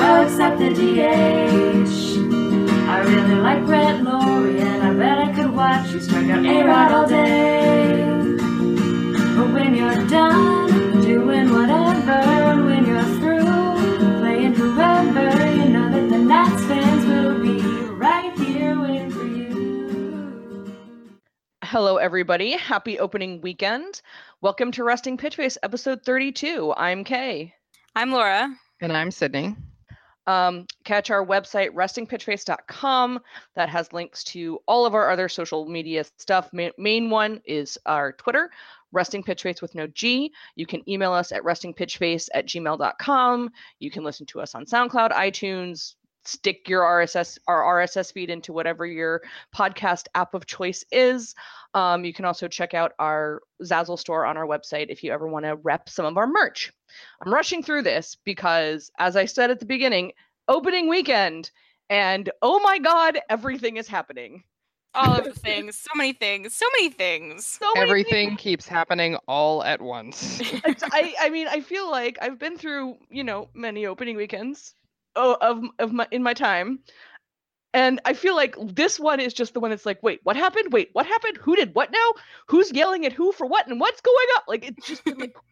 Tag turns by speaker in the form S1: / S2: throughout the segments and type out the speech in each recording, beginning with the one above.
S1: the DH. I really like Brett Laurie, and I bet I could watch you strike out A-Rod all day. But when you're done doing whatever, when you're through playing whoever, you know that the Nats fans will be right here waiting for you.
S2: Hello, everybody. Happy opening weekend. Welcome to Resting Pitch Face, episode 32. I'm Kay.
S3: I'm Laura.
S4: And I'm Sydney.
S2: Um, catch our website, restingpitchface.com, that has links to all of our other social media stuff. Ma- main one is our Twitter, Resting Pitch Face with no G. You can email us at restingpitchface at gmail.com. You can listen to us on SoundCloud, iTunes. Stick your RSS our RSS feed into whatever your podcast app of choice is. Um, you can also check out our Zazzle store on our website if you ever want to rep some of our merch. I'm rushing through this because, as I said at the beginning, opening weekend, and oh my God, everything is happening.
S3: All of the things. So many things. So many things.
S2: So many things.
S4: Everything keeps happening all at once.
S2: It's- I, I mean, I feel like I've been through, you know, many opening weekends oh, of of my in my time. And I feel like this one is just the one that's like, wait, what happened? Wait, what happened? Who did what now? Who's yelling at who for what and what's going on? Like it's just been like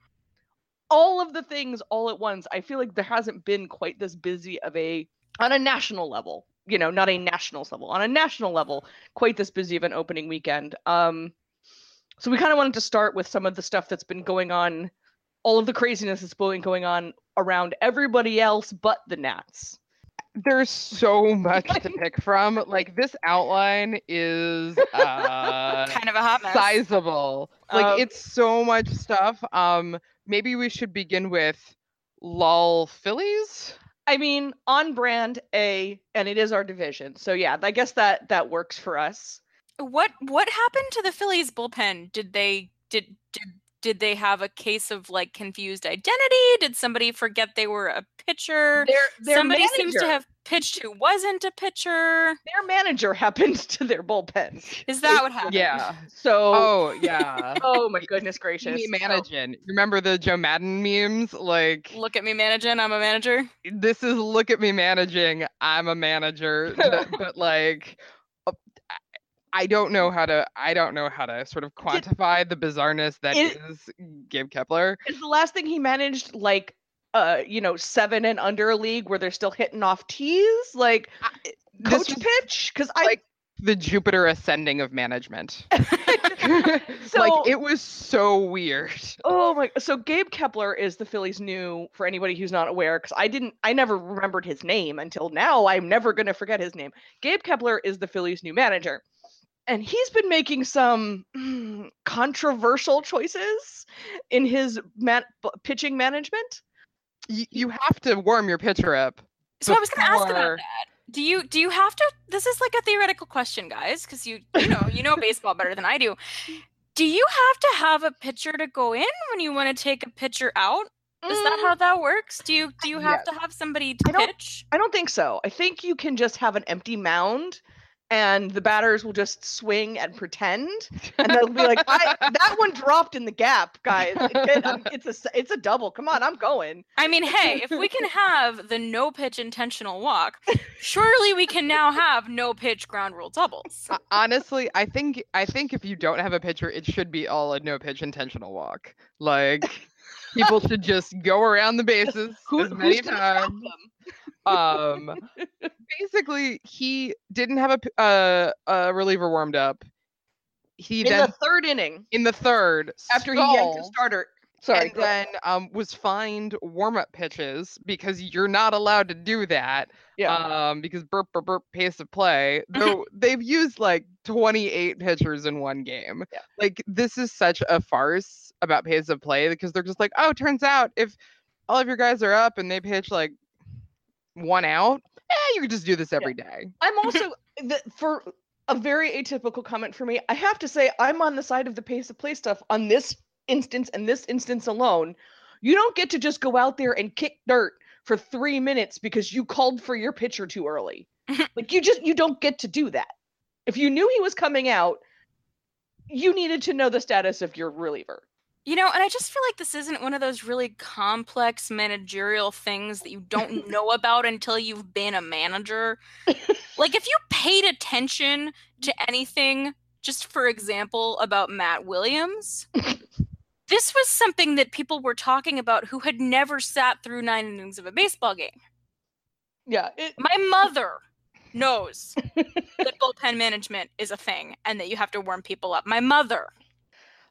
S2: all of the things all at once. I feel like there hasn't been quite this busy of a on a national level, you know, not a nationals level, on a national level, quite this busy of an opening weekend. Um so we kind of wanted to start with some of the stuff that's been going on all of the craziness that's been going on around everybody else but the Nats.
S4: There's so much to pick from. Like this outline is uh,
S3: kind of a hot mess.
S4: sizable. Like
S2: Um,
S4: it's so much stuff. Um, maybe we should begin with lol Phillies.
S2: I mean, on brand A, and it is our division. So yeah, I guess that that works for us.
S3: What what happened to the Phillies bullpen? Did they did did did they have a case of like confused identity? Did somebody forget they were a pitcher?
S2: Their their
S3: somebody
S2: manager,
S3: seems to have pitched who wasn't a pitcher.
S2: their manager happened to their bullpen.
S3: Is that what happened?
S4: Yeah.
S2: So oh,
S4: Oh yeah.
S2: my goodness gracious.
S4: Me
S2: So-
S3: Oh.
S4: managing. Remember the Joe Madden memes? Like
S3: Look at me managing. I'm a manager.
S4: this is look at me managing. I'm a manager, but, but, like uh, I- I don't know how to I don't know how to sort of quantify the bizarreness that is
S2: it-
S4: Gabe Kepler.
S2: Is the last thing he managed like uh, you know, seven and under league where they're still hitting off tees, like
S4: This
S2: coach
S4: was
S2: pitch? Because I
S4: like- the Jupiter ascending of management.
S2: So-
S4: like it was so weird.
S2: Oh my! So Gabe Kepler is the Phillies' new. For anybody who's not aware, because I didn't, I never remembered his name until now. I'm never going to forget his name. Gabe Kepler is the Phillies' new manager, and he's been making some mm, controversial choices in his man- b- pitching management.
S4: You, you have to warm your pitcher up.
S3: So I was going to ask
S4: before-
S3: about that. Do you do you have to? This is like a theoretical question, guys, because you you know you know baseball better than I do. Do you have to have a pitcher to go in when you want to take a pitcher out? Is that how that works? Do you do you have to have somebody
S2: Mm. I
S3: to
S2: don't-
S3: pitch?
S2: I don't think so. I think you can just have an empty mound, and the batters will just swing and pretend. and they'll be like, I, "That one dropped in the gap, guys. It did. I'm- it's a s- it's a double. Come on, I'm going."
S3: I mean, hey, if we can have the no pitch intentional walk, surely we can now have no pitch ground rule doubles.
S4: Uh, Honestly, I think I think if you don't have a pitcher, it should be all a no pitch intentional walk. Like people should just go around the bases as many
S2: gonna stop
S4: times.
S2: them?
S4: Um, basically, he didn't have a p- uh, a reliever warmed up. He
S2: in
S4: then
S2: the third inning
S4: in the third
S2: after he yanked a
S4: stalled,
S2: starter. Sorry,
S4: and then um, was fined warm up pitches because you're not allowed to do that
S2: yeah. Mm-hmm.
S4: um, because burp burp burp pace of play. Though they've used like 28 pitchers in one game.
S2: Yeah.
S4: Like this is such a farce about pace of play because they're just like, oh, turns out if all of your guys are up and they pitch like one out, eh, you could just do this every day.
S2: I'm also the, for a very atypical comment for me. I have to say I'm on the side of the pace of play stuff on this instance and this instance alone. You don't get to just go out there and kick dirt for three minutes because you called for your pitcher too early. like you just you don't get to do that. If you knew he was coming out, you needed to know the status of your reliever.
S3: You know, and I just feel like this isn't one of those really complex managerial things that you don't know about until you've been a manager. like, if you paid attention to anything, just for example, about Matt Williams, this was something that people were talking about who had never sat through nine innings of a baseball game.
S2: Yeah. It,
S3: My mother knows that bullpen management is a thing and that you have to warm people up. My mother.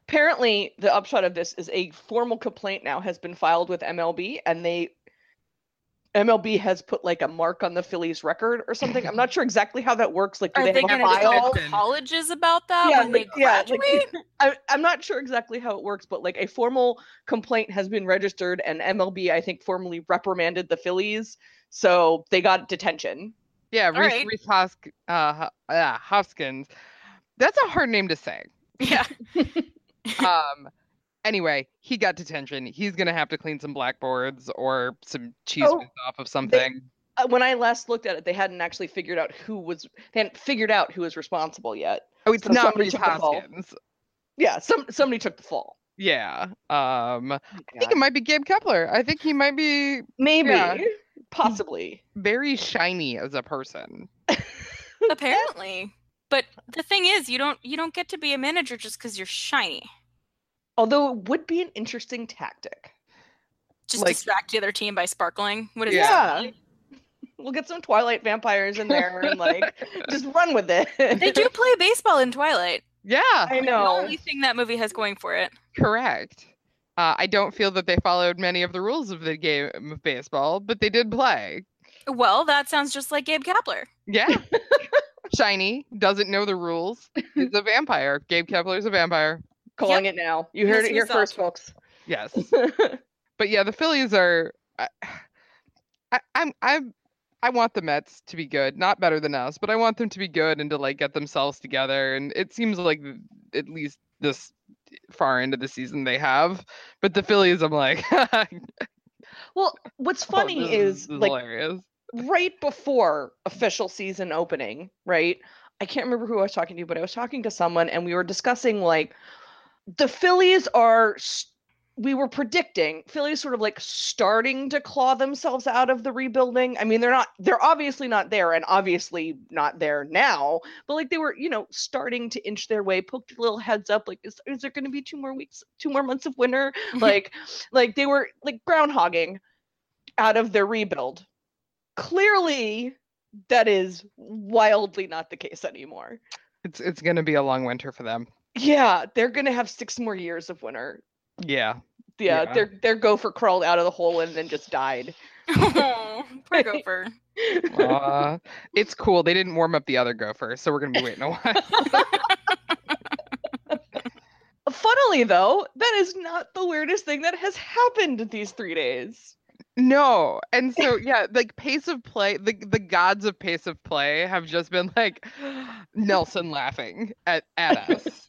S2: apparently, the upshot of this is a formal complaint now has been filed with MLB, and they MLB has put like a mark on the Phillies record or something. I'm not sure exactly how that works. Like, do
S3: Are
S2: they,
S3: they
S2: have
S3: going
S2: a
S3: to
S2: file?
S3: tell
S4: file?
S3: colleges about that
S2: Yeah,
S3: when they
S2: like- yeah, like-
S3: graduate?
S2: I, I'm not sure exactly how it works, but like a formal complaint has been registered, and MLB, I think, formally reprimanded the Phillies, so they got detention.
S4: Yeah, Reese,
S3: right.
S4: Reese Hosk, uh, Ho- uh, Hoskins. That's a hard name to say.
S3: yeah.
S4: Um, anyway, he got detention. He's gonna have to clean some blackboards or some cheese
S2: Oh,
S4: whiz off of something.
S2: Uh, When I last looked at it, they hadn't actually figured out who was they hadn't figured out who was responsible yet.
S4: oh, it's
S2: so
S4: not
S2: somebody
S4: Reese
S2: took the fall.
S4: Hoskins.
S2: Yeah, some somebody took the fall.
S4: Yeah. Um, I think it might be Gabe Kepler. I think he might be
S2: Maybe,
S4: yeah.
S2: possibly.
S4: very shiny as a person.
S3: Apparently. But the thing is, you don't you don't get to be a manager just because you're shiny.
S2: Although it would be an interesting tactic.
S3: Just
S4: Like-
S3: distract the other team by sparkling. What is
S2: Yeah.
S3: that?
S2: We'll get some Twilight vampires in there and like just run with it.
S3: They do play baseball in Twilight.
S4: Yeah,
S2: I
S3: The
S2: know.
S3: only thing that movie has going for it.
S4: correct. Uh, I don't feel that they followed many of the rules of the game of baseball, but they did play.
S3: Well, that sounds just like Gabe Kapler.
S4: Yeah. Shiny doesn't know the rules. Is a vampire. Gabe Kepler's a vampire.
S2: Calling it now. You heard
S3: Yes,
S2: it
S3: we
S2: here
S3: saw.
S2: first, folks.
S4: Yes. but yeah, the Phillies are. I, I, I'm I'm I want the Mets to be good, not better than us, but I want them to be good and to like get themselves together. And it seems like th- at least this far into the season they have. But the Phillies, I'm like, oh,
S2: Well, what's funny
S4: this
S2: is
S4: this
S2: like
S4: hilarious.
S2: right before official season opening, right? I can't remember who I was talking to, but I was talking to someone and we were discussing like the Phillies are s- we were predicting Phillies sort of like starting to claw themselves out of the rebuilding. I mean, they're not they're obviously not there and obviously not there now, but like they were, you know, starting to inch their way, poked a little heads up like is, is there going to be two more weeks, two more months of winter? like like they were like groundhogging out of their rebuild clearly that is wildly not the case anymore.
S4: It's it's gonna be a long winter for them.
S2: Yeah, they're gonna have six more years of winter.
S4: Yeah.
S2: Yeah,
S4: Yeah.
S2: their their gopher crawled out of the hole and then just died.
S3: oh, poor Gopher.
S4: Aw. it's cool. They didn't warm up the other gopher, so we're gonna be waiting a while.
S2: Funnily though, that is not the weirdest thing that has happened in these three days.
S4: No. And so yeah, like pace of play, the the gods of pace of play have just been like Nelson laughing at at us.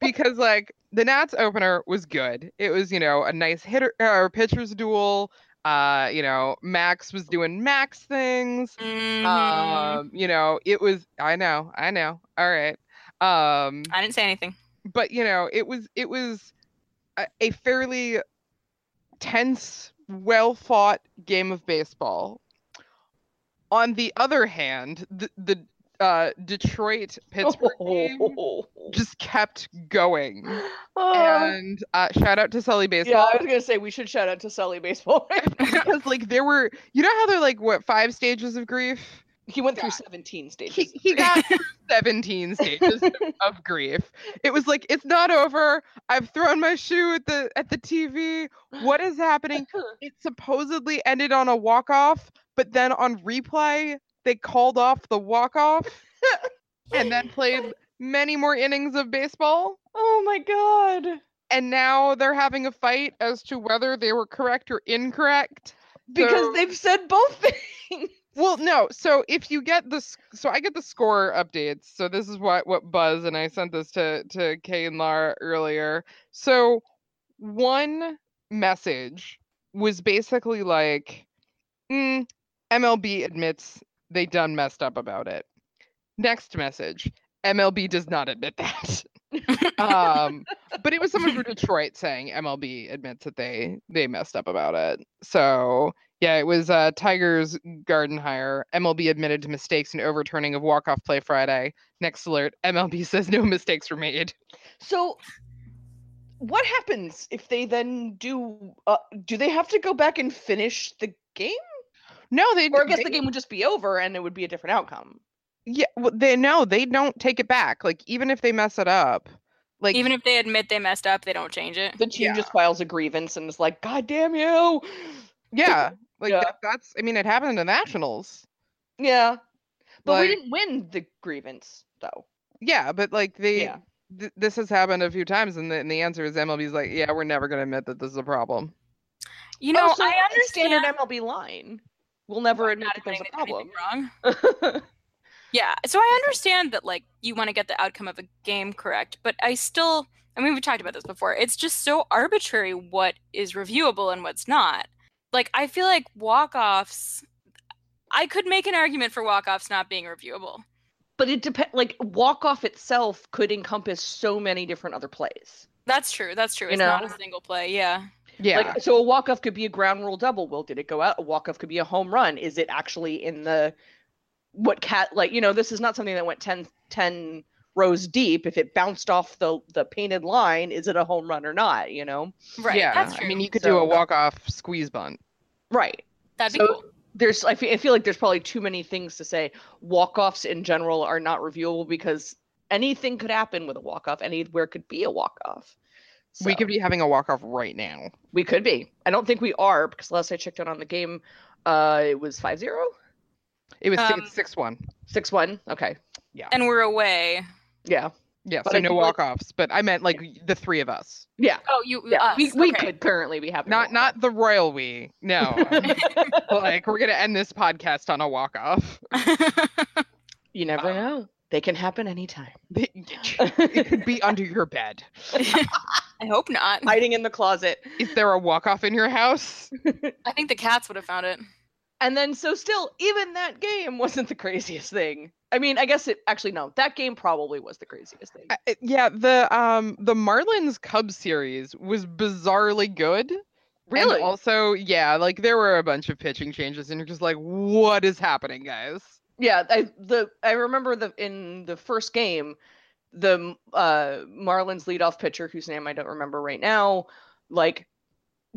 S4: because like the Nats opener was good. It was, you know, a nice hitter or pitcher's duel. Uh, you know, Max was doing Max things.
S3: Mhm.
S4: Um, you know, it was I know, I know. All right. Um
S3: I didn't say anything.
S4: but you know it was it was a, a fairly tense well fought game of baseball on the other hand the, the uh, detroit pittsburgh game just kept going
S2: Oh,
S4: and uh, shout out to sully
S2: yeah,
S4: baseball
S2: I was gonna say we should shout out to Sully Baseball.
S4: because like there were you know how they're like what five stages of grief
S2: he went through 17
S4: he,
S2: stages.
S4: he got 17 stages of grief it was like it's not over i've thrown my shoe at the at the tv what is happening it supposedly ended on a walk off but then on replay they called off the walk off and then played many more innings of baseball
S2: oh my god.
S4: and now they're having a fight as to whether they were correct or incorrect
S2: Because
S4: So-
S2: they've said both things.
S4: Well, no. So if you get the s- so I get the score updates. So this is what what Buzz and I sent this to to Kay and Lara earlier. So one message was basically like, mm, MLB admits they done messed up about it. Next message, MLB does not admit that. um, but it was someone from Detroit saying MLB admits that they they messed up about it. So yeah, it was uh, Tigers Garden Hire. MLB admitted to mistakes in overturning of walk off play Friday. Next alert: MLB says no mistakes were made.
S2: So, what happens if they then do? Uh, do they have to go back and finish the game,
S4: No, they.
S2: or I guess
S4: they,
S2: the game would just be over and it would be a different outcome?
S4: Yeah, well, they no, they don't take it back. Like even if they mess it up, like
S3: Even if they admit they messed up, they don't change it.
S2: The team just files a grievance and is like, "God damn you!"
S4: yeah, like
S2: Yeah.
S4: That, that's. I mean, it happened in the Nationals.
S2: Yeah, but
S4: like,
S2: we didn't win the grievance though.
S4: Yeah, but like they.
S2: Yeah.
S4: Th- this has happened a few times, and the, and the answer is MLB's like, yeah, we're never going to admit that this is a problem.
S3: You know,
S2: Also,
S3: I
S2: Oh, it's
S3: understand
S2: standard MLB line. We'll never admit
S3: not
S2: that there's
S3: admitting
S2: a
S3: that
S2: problem.
S3: anything wrong. Yeah, so I understand that like you want to get the outcome of a game correct, but I still, I mean, we've talked about this before. It's just so arbitrary what is reviewable and what's not. Like I feel like walk offs. I could make an argument for walk offs not being reviewable.
S2: but it depends. Like walk off itself could encompass so many different other plays.
S3: That's true. That's true.
S2: You
S3: It's not
S2: know?
S3: a single play. Yeah.
S4: Yeah,
S2: Like so a walk off could be a ground rule double. Well, did it go out? A walk off could be a home run. Is it actually in the what cat like, you know, this is not something that went 10, 10 rows deep. If it bounced off the the painted line, is it a home run or not, you know?
S3: Right.
S4: yeah.
S3: That's true.
S4: I mean, you could do
S2: So-
S4: a walk off squeeze bunt.
S2: Right.
S3: That'd be
S2: so-
S3: cool.
S2: There's I feel, I feel like there's probably too many things to say. Walk offs in general are not reviewable because anything could happen with a walk off. Anywhere could be a walk off.
S4: We could be having a walk off right now.
S2: We could be. I don't think we are because last I checked out on the game, uh, it was 5 0?
S4: It was
S3: Um,
S4: six one.
S2: 6 1. Okay.
S3: And we're away.
S2: Yeah.
S4: Yeah,
S2: but
S4: so
S2: I
S4: no
S2: feel like-
S4: walk offs. But I meant like the three of us,
S2: Yeah.
S3: Oh, you.
S2: yeah.
S3: us.
S2: We, we
S3: Okay.
S2: could currently be having. a
S4: not
S2: walk-off.
S4: not the royal we. No, like we're gonna end this podcast on a walk off.
S2: You never know. They can happen anytime.
S4: it could be under your bed.
S3: I hope not. I,
S2: Hiding in the closet.
S4: Is there a walk off in your house?
S3: think the cats would have found it.
S2: And then, so still, even that game wasn't the craziest thing. I mean, I guess it actually, no, that game probably was the craziest thing.
S4: I- I- yeah, the um the Marlins Cubs series was bizarrely good. And
S2: Really?
S4: also, yeah, like there were a bunch of pitching changes, and you're just like, what is happening, guys?
S2: Yeah, I the I remember the in the first game, the uh Marlins leadoff pitcher whose name I don't remember right now, like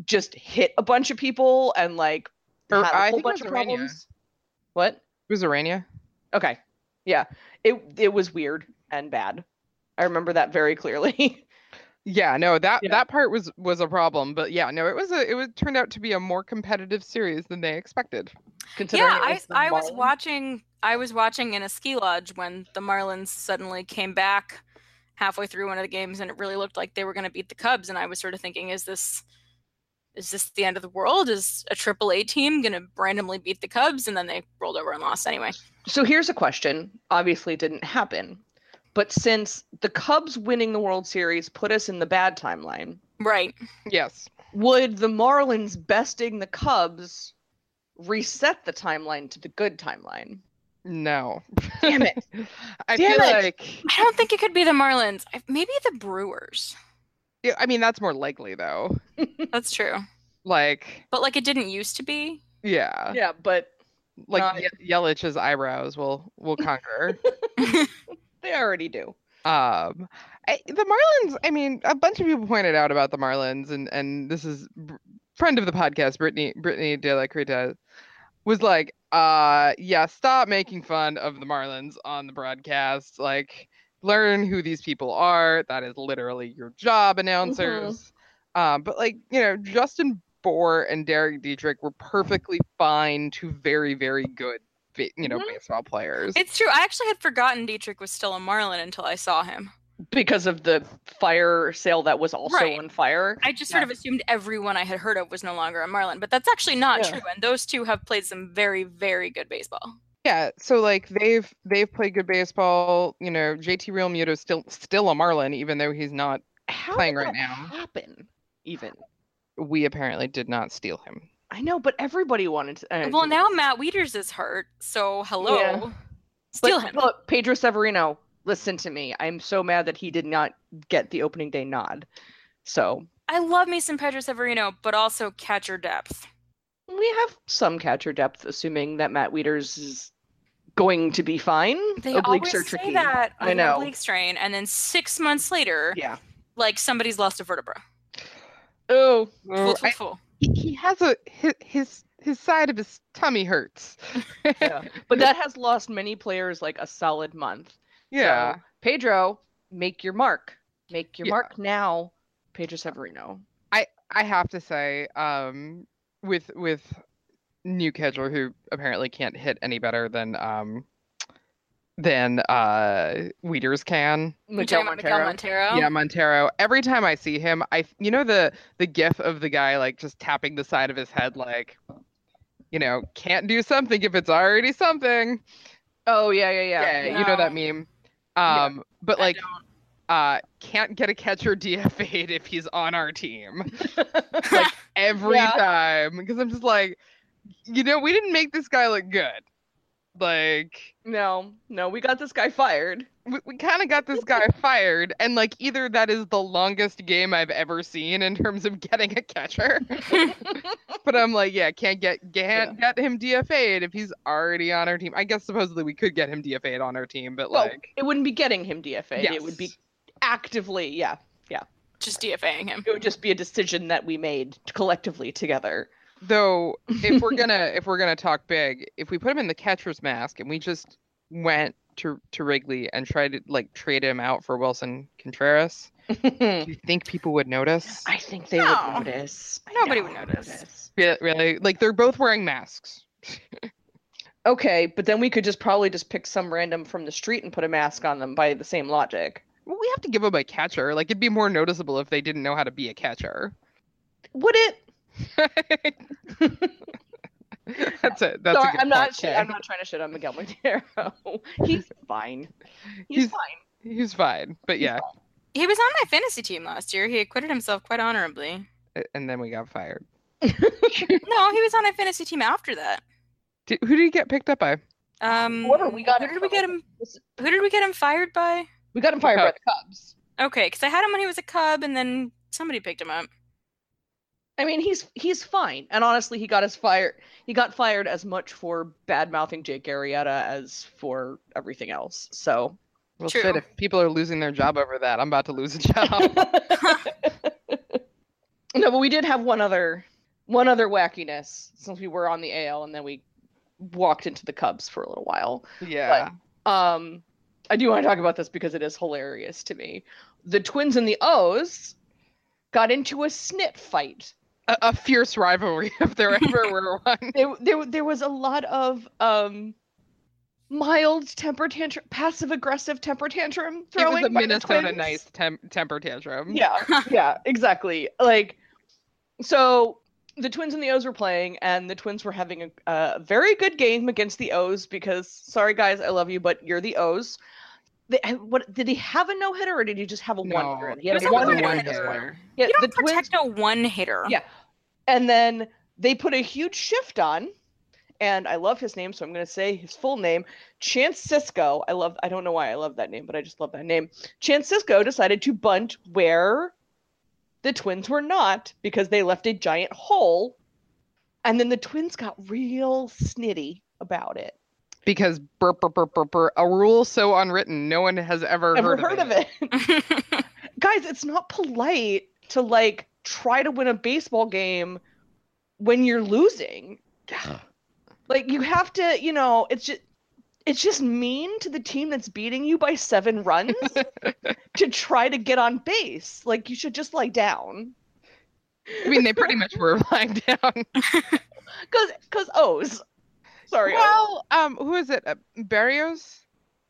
S2: just hit a bunch of people and like
S4: Or,
S2: had a
S4: I
S2: whole
S4: think it
S2: bunch
S4: was
S2: of
S4: Urania.
S2: problems. What?
S4: It was Arania.
S2: Okay. Yeah. It it was weird and bad. I remember that very clearly.
S4: Yeah, no, that
S2: Yeah.
S4: that part was was a problem, but yeah, no, it was a it was turned out to be a more competitive series than they expected.
S2: considering
S3: Yeah,
S2: it
S3: I,
S2: was the
S3: I was
S2: Marlins.
S3: watching. I was watching in a ski lodge when the Marlins suddenly came back halfway through one of the games, and it really looked like they were going to beat the Cubs. And I was sort of thinking, is this is this the end of the world? Is a Triple A team going to randomly beat the Cubs? And then they rolled over and lost anyway.
S2: So here's a question. Obviously, it didn't happen, but since the Cubs winning the World Series put us in the bad timeline.
S3: Right.
S4: Yes.
S2: would the Marlins besting the Cubs reset the timeline to the good timeline?
S4: No.
S2: Damn it.
S4: I
S2: Damn
S4: feel
S2: it.
S4: like
S3: I don't think it could be the Marlins. I- Maybe the Brewers.
S4: yeah, I mean that's more likely though.
S3: That's true.
S4: Like
S3: But like it didn't used to be.
S4: yeah.
S2: yeah, Uh, but
S4: Like
S2: not-
S4: Ye- Yelich's eyebrows will will conquer.
S2: they already do.
S4: Um, I, the Marlins. I mean, a bunch of people pointed out about the Marlins, and and this is br- friend of the podcast, Brittany Brittany De La Creta, was like, uh, yeah, stop making fun of the Marlins on the broadcast. Like, learn who these people are. That is literally your job, announcers. Um, but like, you know, Justin Bohr and Derek Dietrich were perfectly fine to very very good, ba- you know,
S2: Mhm.
S4: baseball players.
S3: It's true. I actually had forgotten Dietrich was still a Marlin until I saw him.
S2: Because of the fire sale that was also
S3: Right.
S2: on fire.
S3: I just sort
S2: Yeah.
S3: of assumed everyone I had heard of was no longer a Marlin, but that's actually not
S2: Yeah.
S3: true. And those two have played some very, very good baseball.
S4: Yeah, so like they've they've played good baseball. You know, JT Real Muto's still still a Marlin, even though he's not
S2: How
S4: playing
S2: did
S4: right
S2: that
S4: now.
S2: happen? Even
S4: We apparently did not steal him.
S2: I know, but everybody wanted to. uh,
S3: Well, now Matt Wieters is hurt, so hello.
S2: but-
S3: Steal him.
S2: Look, Pedro Severino listen to me. I'm so mad that he did not get the opening day nod. So
S3: I love me some Pedro Severino, but also catcher depth.
S2: we have some catcher depth, assuming that Matt Wieters is going to be fine.
S3: They
S2: Obliques
S3: always
S2: are
S3: say
S2: tricky.
S3: that
S2: I
S3: with an
S2: know.
S3: oblique strain, and then six months later,
S2: Yeah.
S3: like somebody's lost a vertebra.
S2: Oh,
S3: Fool,
S4: Oh,
S3: fool,
S4: I-
S3: fool.
S4: he, he has a his, his his side of his tummy hurts.
S2: yeah. but that has lost many players like a solid month.
S4: Yeah.
S2: So, Pedro, make your mark. Make your
S4: Yeah.
S2: mark now, Pedro Severino.
S4: I have to say, um, with with New Kedler, who apparently can't hit any better than um than uh Weeders can.
S3: You talking about Miguel Montero?
S4: Yeah, Montero. Every time I see him, I you know the the gif of the guy like just tapping the side of his head like you know, can't do something if it's already something.
S2: Oh yeah, yeah, yeah.
S4: Yeah, you know that meme. Um but
S3: I
S4: like uh can't get a catcher DFA'd if he's on our team. like every
S2: Yeah.
S4: time because I'm just like you know, we didn't make this guy look good. Like
S2: No, no, we got this guy fired.
S4: we, we kind of got this guy fired, and like either that is the longest game I've ever seen in terms of getting a catcher, but I'm like, yeah, can't get can't get him DFA'd if he's already on our team. I guess supposedly we could get him DFA'd on our team, but
S2: Well,
S4: like,
S2: it wouldn't be getting him DFA. Oh, It would be
S4: yes.
S2: actively, yeah.
S3: Just DFAing him.
S2: It would just be a decision that we made collectively together.
S4: though if we're gonna if we're gonna talk big, if we put him in the catcher's mask and we just went to to Wrigley and tried to like trade him out for Wilson Contreras, do you think people would notice?
S2: I think they
S3: No.
S2: would notice. I
S3: Nobody
S2: know
S3: would
S2: they
S3: notice.
S4: Re- Really, like they're both wearing masks.
S2: Okay, but then we could just probably just pick some random from the street and put a mask on them by the same logic.
S4: Well, we have to give them a catcher. Like it'd be more noticeable if they didn't know how to be a catcher.
S2: Would it?
S4: that's it. That's
S2: Sorry,
S4: a good
S2: I'm not.
S4: point,
S2: shi- I'm
S4: Kay.
S2: not trying to shit on Miguel Montero. He's fine. He's,
S4: He's-
S2: fine.
S4: He's fine, but yeah.
S3: He was on my fantasy team last year. He acquitted himself quite honorably.
S4: a- And then we got fired.
S3: No, he was on my fantasy team after that.
S4: Did, who did he get picked up by?
S3: Um,
S2: Whoever we got
S3: who
S2: him
S3: did we
S2: from
S3: get him?
S2: was-
S3: Who did we get him fired by?
S2: We got him fired by
S4: Cubs.
S2: the Cubs.
S3: Okay, because I had him when he was a cub, and then somebody picked him up.
S2: I mean, he's he's fine, and honestly, he got his fire. He got fired as much for bad mouthing Jake Arrieta as for everything else. So,
S4: Well,
S3: True.
S4: shit. If people are losing their job over that, I'm about to lose a job.
S2: no, but we did have one other one other wackiness since we were on the AL, and then we walked into the Cubs for a little while.
S4: yeah.
S2: Um, I do want to talk about this because it is hilarious to me. The Twins and the O's got into a snit fight.
S4: A, a fierce rivalry if there ever were one.
S2: There, there, there was a lot of um, mild temper tantrum, passive aggressive temper tantrum
S4: It
S2: throwing.
S4: was a
S2: by the
S4: Minnesota
S2: Twins.
S4: nice tem- temper tantrum.
S2: Yeah, yeah, exactly. Like, so the Twins and the O's were playing, and the Twins were having a, a very good game against the O's because, sorry guys, I love you, but you're the O's. They, what did he have a no hitter or did he just have a
S4: No,
S2: one hitter? He
S3: It
S2: had
S3: was
S2: a
S3: a
S2: one
S3: one-hitter.
S2: hitter. at this point. Yeah,
S3: You
S2: the
S3: don't
S2: Twins,
S3: protect a one hitter.
S2: Yeah. and then they put a huge shift on. And I love his name, so I'm going to say his full name, Chance Cisco. I love. I don't know why I love that name, but I just love that name. Chance Cisco decided to bunt where the Twins were not because they left a giant hole, and then the Twins got real snitty about it.
S4: Because burp, burp, burp, burp, burp, a rule so unwritten, no one has ever,
S2: Ever heard of it?
S3: Yeah.
S2: guys, it's not polite to like try to win a baseball game when you're losing. like you have to, you know, it's just it's just mean to the team that's beating you by 7 runs to try to get on base. Like you should just lie down.
S4: I mean, they pretty much were lying down.
S2: Cuz cuz O's. Sorry. O's.
S4: Well, um, who is it? Uh, Barrios,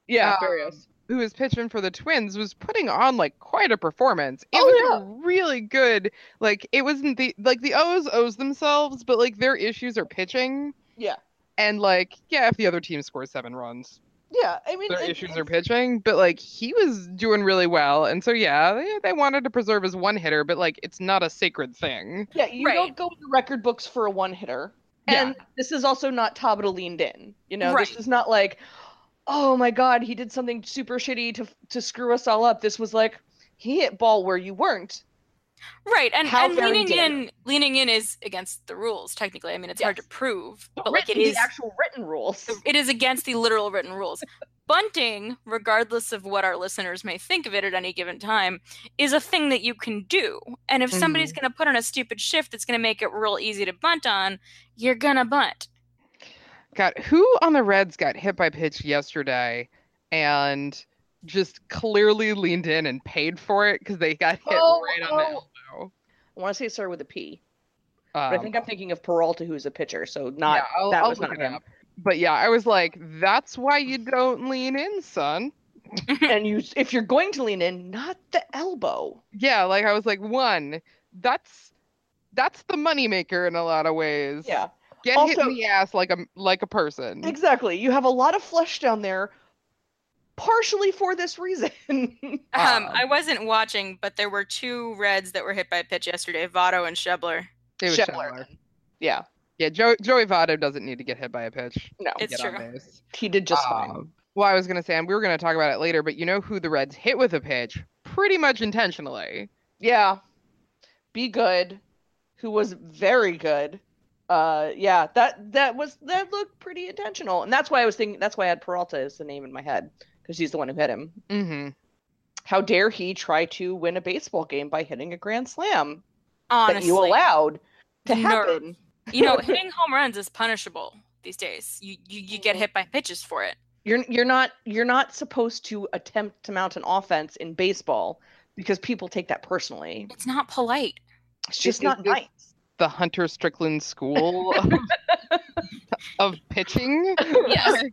S2: yeah,
S4: um,
S2: Barrios.
S4: who was pitching for the Twins, was putting on like quite a performance. It
S2: Oh,
S4: was a really good. Like it wasn't the like the O's O's themselves, but like their issues are pitching.
S2: Yeah.
S4: And like, yeah, if the other team scores seven runs,
S2: Yeah, I mean
S4: their
S2: it-
S4: issues are pitching. But like, he was doing really well, and so yeah, they, they wanted to preserve his one hitter, but like, it's not a sacred thing.
S2: Yeah, you
S3: Right.
S2: don't go in the record books for a one hitter.
S4: Yeah.
S2: And this is also not Tabata leaned in. You know,
S3: Right.
S2: this is not like, oh my god, he did something super shitty to to screw us all up. This was like he hit ball where you weren't.
S3: Right, and,
S2: How
S3: and
S2: very
S3: leaning
S2: dare
S3: in, leaning in is against the rules. Technically, I mean, it's hard to
S2: Yes.
S3: prove, but like it
S2: Written-
S3: is,
S2: the actual written rules.
S3: it is against the literal written rules. Bunting, regardless of what our listeners may think of it at any given time, is a thing that you can do. And if somebody's
S2: Mm-hmm.
S3: going to put on a stupid shift that's going to make it real easy to bunt on, you're going to bunt.
S4: God, who on the Reds got hit by pitch yesterday and just clearly leaned in and paid for it because they got hit
S2: Oh,
S4: right on
S2: oh.
S4: the elbow.
S2: I want to say it started with a P, but I
S4: Um,
S2: think I'm thinking of Peralta, who's a pitcher, so not
S4: yeah, I'll,
S2: that
S4: I'll
S2: was
S4: look
S2: not
S4: it
S2: him.
S4: up. But yeah, I was like, that's why you don't lean in, son.
S2: and you if you're going to lean in, not the elbow.
S4: Yeah, like I was like, one, that's that's the moneymaker in a lot of ways.
S2: Yeah.
S4: Get hit
S2: Also-
S4: in the ass like a like a person.
S2: Exactly. You have a lot of flesh down there partially for this reason.
S3: Um,
S4: Um,
S3: I wasn't watching, but there were two Reds that were hit by a pitch yesterday: Votto and Shebler.
S4: It was
S2: Scheffler.
S4: Scheffler.
S2: yeah,
S4: Yeah, Joe, Joey Votto doesn't need to get hit by a pitch.
S2: no.
S3: It's
S4: Get on
S3: true.
S4: base.
S2: He did just fine.
S4: Um, Well, I was gonna say, and we were gonna talk about it later, but you know who the Reds hit with a pitch pretty much intentionally.
S2: Yeah. Be good, who was very good. Uh yeah, that that was that looked pretty intentional. And that's why I was thinking that's why I had Peralta as the name in my head cuz he's the one who hit him.
S4: Mm-hmm.
S2: How dare he try to win a baseball game by hitting a grand slam
S3: Honestly,
S2: that you allowed to
S3: The nerve.
S2: happen?
S3: you know, hitting home runs is punishable these days. You you, you get hit by pitches for it.
S2: You're you're not you're not supposed to attempt to mount an offense in baseball because people take that personally.
S3: It's not polite.
S2: It's just
S4: is
S2: not
S4: this-
S2: nice.
S4: The Hunter Strickland School of, of pitching.
S3: Yes.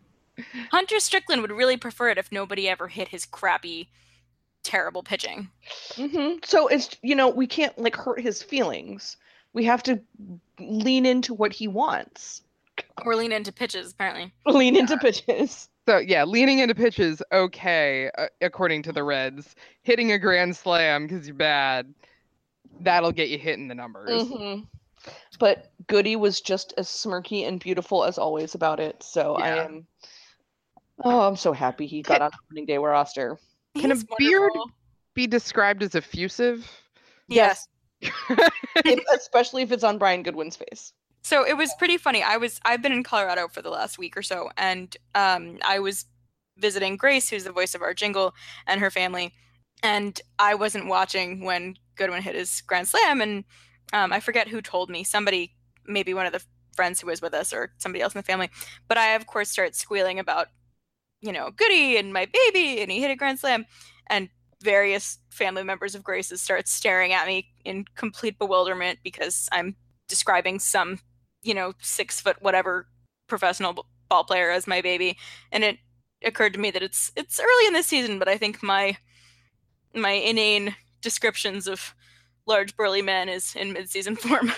S3: Hunter Strickland would really prefer it if nobody ever hit his crappy, terrible pitching.
S2: hmm So it's you know we can't like hurt his feelings. We have to lean into what he wants.
S3: Or lean into pitches, apparently.
S2: Lean into pitches.
S4: So yeah, leaning into pitches okay, uh, according to the Reds. Hitting a grand slam because you're bad, that'll get you hit in the numbers.
S2: Mm-hmm. But Goody was just as smirky and beautiful as always about it. So I
S4: Yeah.
S2: am. Oh, I'm so happy he got on opening day roster.
S4: Can a
S3: He's
S4: beard-
S3: wonderful.
S4: Be described as effusive.
S3: Yes.
S2: If- especially if it's on Brian Goodwin's face.
S3: So it was pretty funny. I was I've been in Colorado for the last week or so, and um, I was visiting Grace, who's the voice of our jingle, and her family. And I wasn't watching when Goodwin hit his grand slam, and um, I forget who told me. Somebody, maybe one of the friends who was with us, or somebody else in the family. But I, of course, start squealing about, you know, Goody and my baby, and he hit a grand slam, and various family members of Grace's start staring at me in complete bewilderment because I'm describing some you know, six foot whatever professional b- ball player as my baby, and it occurred to me that it's it's early in the season, but I think my my inane descriptions of large burly men is in mid season form.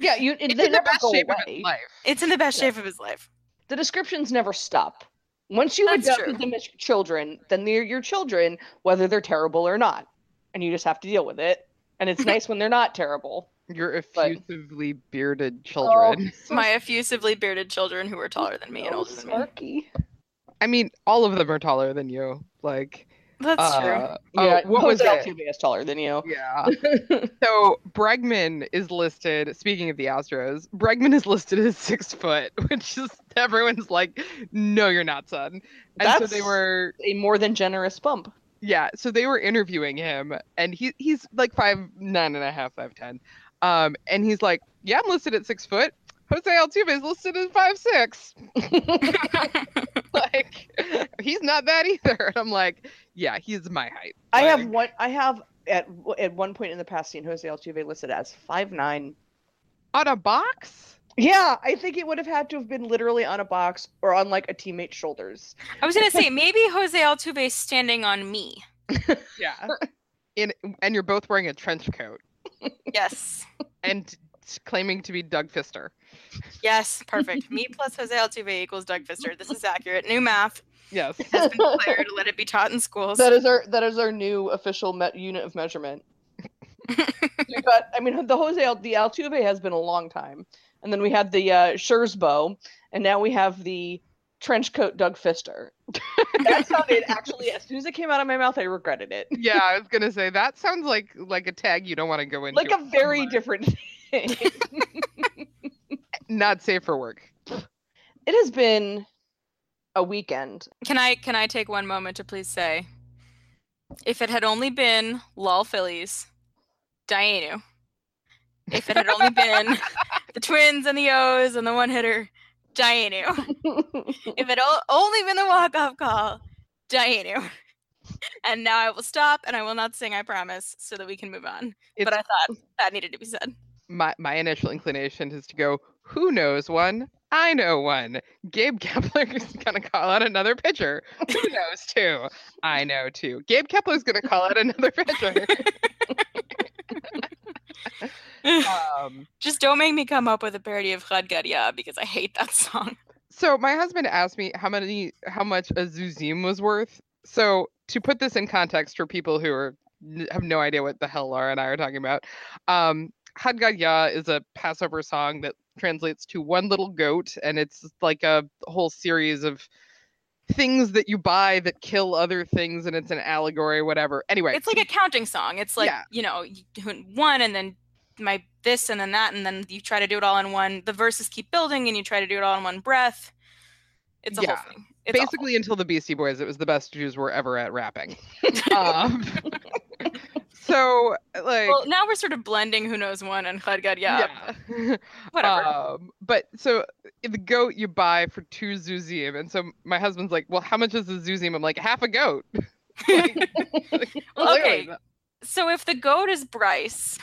S2: Yeah, you. It,
S4: it's
S2: they
S4: in the
S2: never
S4: best
S2: go
S4: shape of
S2: away.
S4: its life.
S3: It's in the best
S2: Yeah.
S3: shape of his life.
S2: The descriptions never stop. Once you
S3: That's
S2: adopt
S3: true.
S2: them as children, then they're your children, whether they're terrible or not, and you just have to deal with it. And it's nice when they're not terrible.
S4: Your
S2: But- Oh.
S4: effusively bearded children.
S3: My effusively bearded children who are taller than me and
S2: Oh,
S3: older than me.
S2: snarky.
S4: I mean, all of them are taller than you. Like,
S3: That's true.
S4: uh, oh,
S2: yeah,
S4: what was
S2: Jose
S4: it?
S2: Altuve is taller than you.
S4: Yeah. so Bregman is listed. Speaking of the Astros, Bregman is listed as six foot, which is everyone's like, "No, you're not, son." And so they
S2: That's-
S4: were,
S2: A more than generous bump.
S4: yeah. So they were interviewing him, and he he's like five nine and a half, five ten, um, and he's like, "Yeah, I'm listed at six foot." Jose Altuve is listed as five six. like, he's not that either. And I'm like, yeah, he's my height.
S2: I have
S4: Like,
S2: one. I have at at one point in the past seen Jose Altuve listed as five nine.
S4: on a box.
S2: Yeah, I think it would have had to have been literally on a box or on like a teammate's shoulders.
S3: I was gonna say maybe Jose Altuve standing on me.
S4: Yeah. In, and you're both wearing a trench coat
S3: Yes.
S4: and t- claiming to be Doug Fister.
S3: Yes, perfect. Me plus Jose Altuve equals Doug Fister. This is accurate. New math
S4: Yes.
S3: has been declared. Let it be taught in schools.
S2: That is our that is our new official me- unit of measurement. we got, I mean, the Jose Al- the Altuve has been a long time, and then we had the uh, Scherzbo, and now we have the trench coat Doug Fister. that sounded actually as soon as it came out of my mouth, I regretted it.
S4: Yeah, I was gonna say that sounds like like a tag you don't want to go into.
S2: Like a very different thing.
S4: not safe for work.
S2: it has been a weekend.
S3: Can I can I take one moment to please say, if it had only been lol Phillies, Dianu. If it had only been the twins and the O's and the one hitter, Dianu. If it o- only been the walk off call, Dianu. And now I will stop and I will not sing, I promise, so that we can move on. but
S4: It's-
S3: I thought that needed to be said.
S4: My my initial inclination is to go. Who knows one? I know one. Gabe Kepler's gonna call out another pitcher. Who knows two? I know two. Gabe Kepler's gonna call out another pitcher. Um,
S3: Just don't make me come up with a parody of Radgaria because I hate that song.
S4: so my husband asked me how many how much a zuzim was worth so to put this in context for people who are n- have no idea what the hell laura and i are talking about um hadgadya is a passover song that translates to one little goat and it's like a whole series of things that you buy that kill other things and it's an allegory whatever anyway
S3: It's like a counting song. It's like,
S4: Yeah.
S3: you know, you do one and then my this and then that and then you try to do it all in one. The verses keep building and you try to do it all in one breath. It's a
S4: Yeah.
S3: whole thing. It's awful.
S4: basically until the Beastie Boys, it was the best Jews were ever at rapping. um, so like
S3: well, now we're sort of blending who knows one and Radgaria.
S4: yeah.
S3: Whatever.
S4: Um, but so i- the goat you buy for two zuzim, and so my husband's like, "Well, how much is the zuzim?" I'm like, "Half a goat."
S3: Well, okay.
S4: Literally,
S3: So if the goat is Bryce,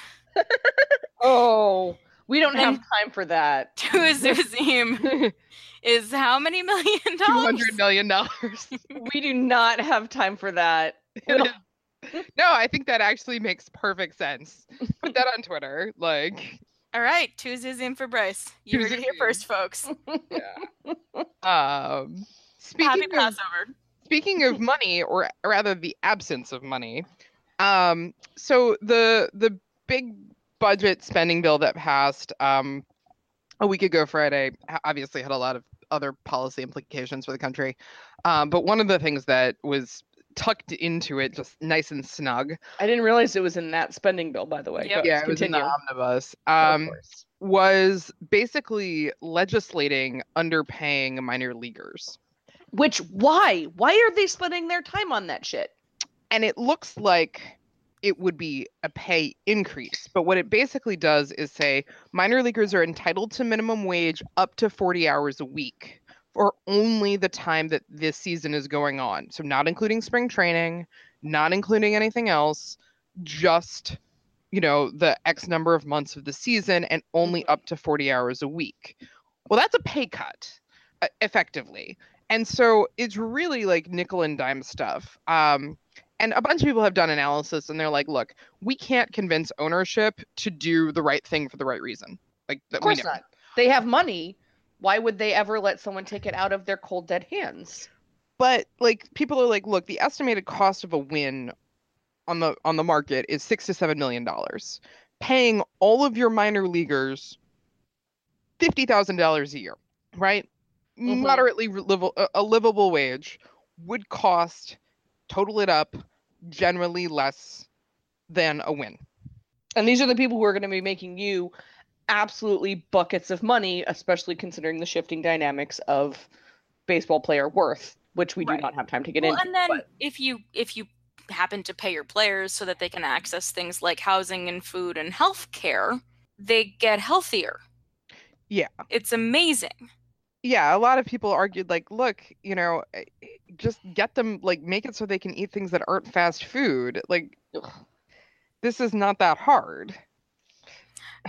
S2: Oh, we don't have
S3: And-
S2: time for that.
S3: to
S4: Mm-hmm.
S3: Azuzim
S4: the-
S3: is how many million
S4: two
S3: dollars?
S4: hundred million dollars.
S2: We do not have time for that. We don't-
S4: no, I think that actually makes perfect sense. Put that on Twitter, like,
S3: All right, two Zuzim for Bryce. You
S4: Two
S3: heard it here
S4: Zuzim.
S3: first, folks.
S4: yeah. Um,
S3: Happy
S4: speaking of
S3: Passover.
S4: speaking of money or rather the absence of money um so the the big budget spending bill that passed um a week ago friday h- obviously had a lot of other policy implications for the country um but one of the things that was tucked into it just nice and snug
S2: I didn't realize it was in that spending bill, by the way.
S3: Yep.
S2: Go-
S4: yeah it was in the
S2: continue.
S4: omnibus
S2: Of
S4: um
S2: course.
S4: was basically legislating underpaying minor leaguers
S2: Which why? Why are they spending their time on that shit?
S4: and it looks like it would be a pay increase. But what it basically does is say minor leaguers are entitled to minimum wage up to 40 hours a week for only the time that this season is going on. So, not including spring training, not including anything else, just, you know, the X number of months of the season and only
S2: Mhm.
S4: up to 40 hours a week. Well, that's a pay cut, uh, effectively. And so it's really like nickel and dime stuff. Um, and a bunch of people have done analysis and they're like, look, we can't convince ownership to do the right thing for the right reason. Like,
S2: Of
S4: that we
S2: course
S4: know.
S2: not. They have money. Why would they ever let someone take it out of their cold dead hands?
S4: But like, people are like, look, the estimated cost of a win on the on the market is six to seven million dollars. Paying all of your minor leaguers fifty thousand dollars a year, right?
S2: Mhm.
S4: Moderately re- liv- a, a livable wage would cost, total it up, generally less than a win.
S2: And these are the people who are going to be making you absolutely buckets of money, especially considering the shifting dynamics of baseball player worth, which we
S3: Right.
S2: do not have time to get
S3: well,
S2: into.
S3: and then
S2: but-
S3: if you if you happen to pay your players so that they can access things like housing and food and health care they get healthier
S4: Yeah.
S3: it's amazing
S4: yeah, a lot of people argued like, look, you know, eh, eh, just get them like make it so they can eat things that aren't fast food. Like
S2: Ugh.
S4: this is not that hard.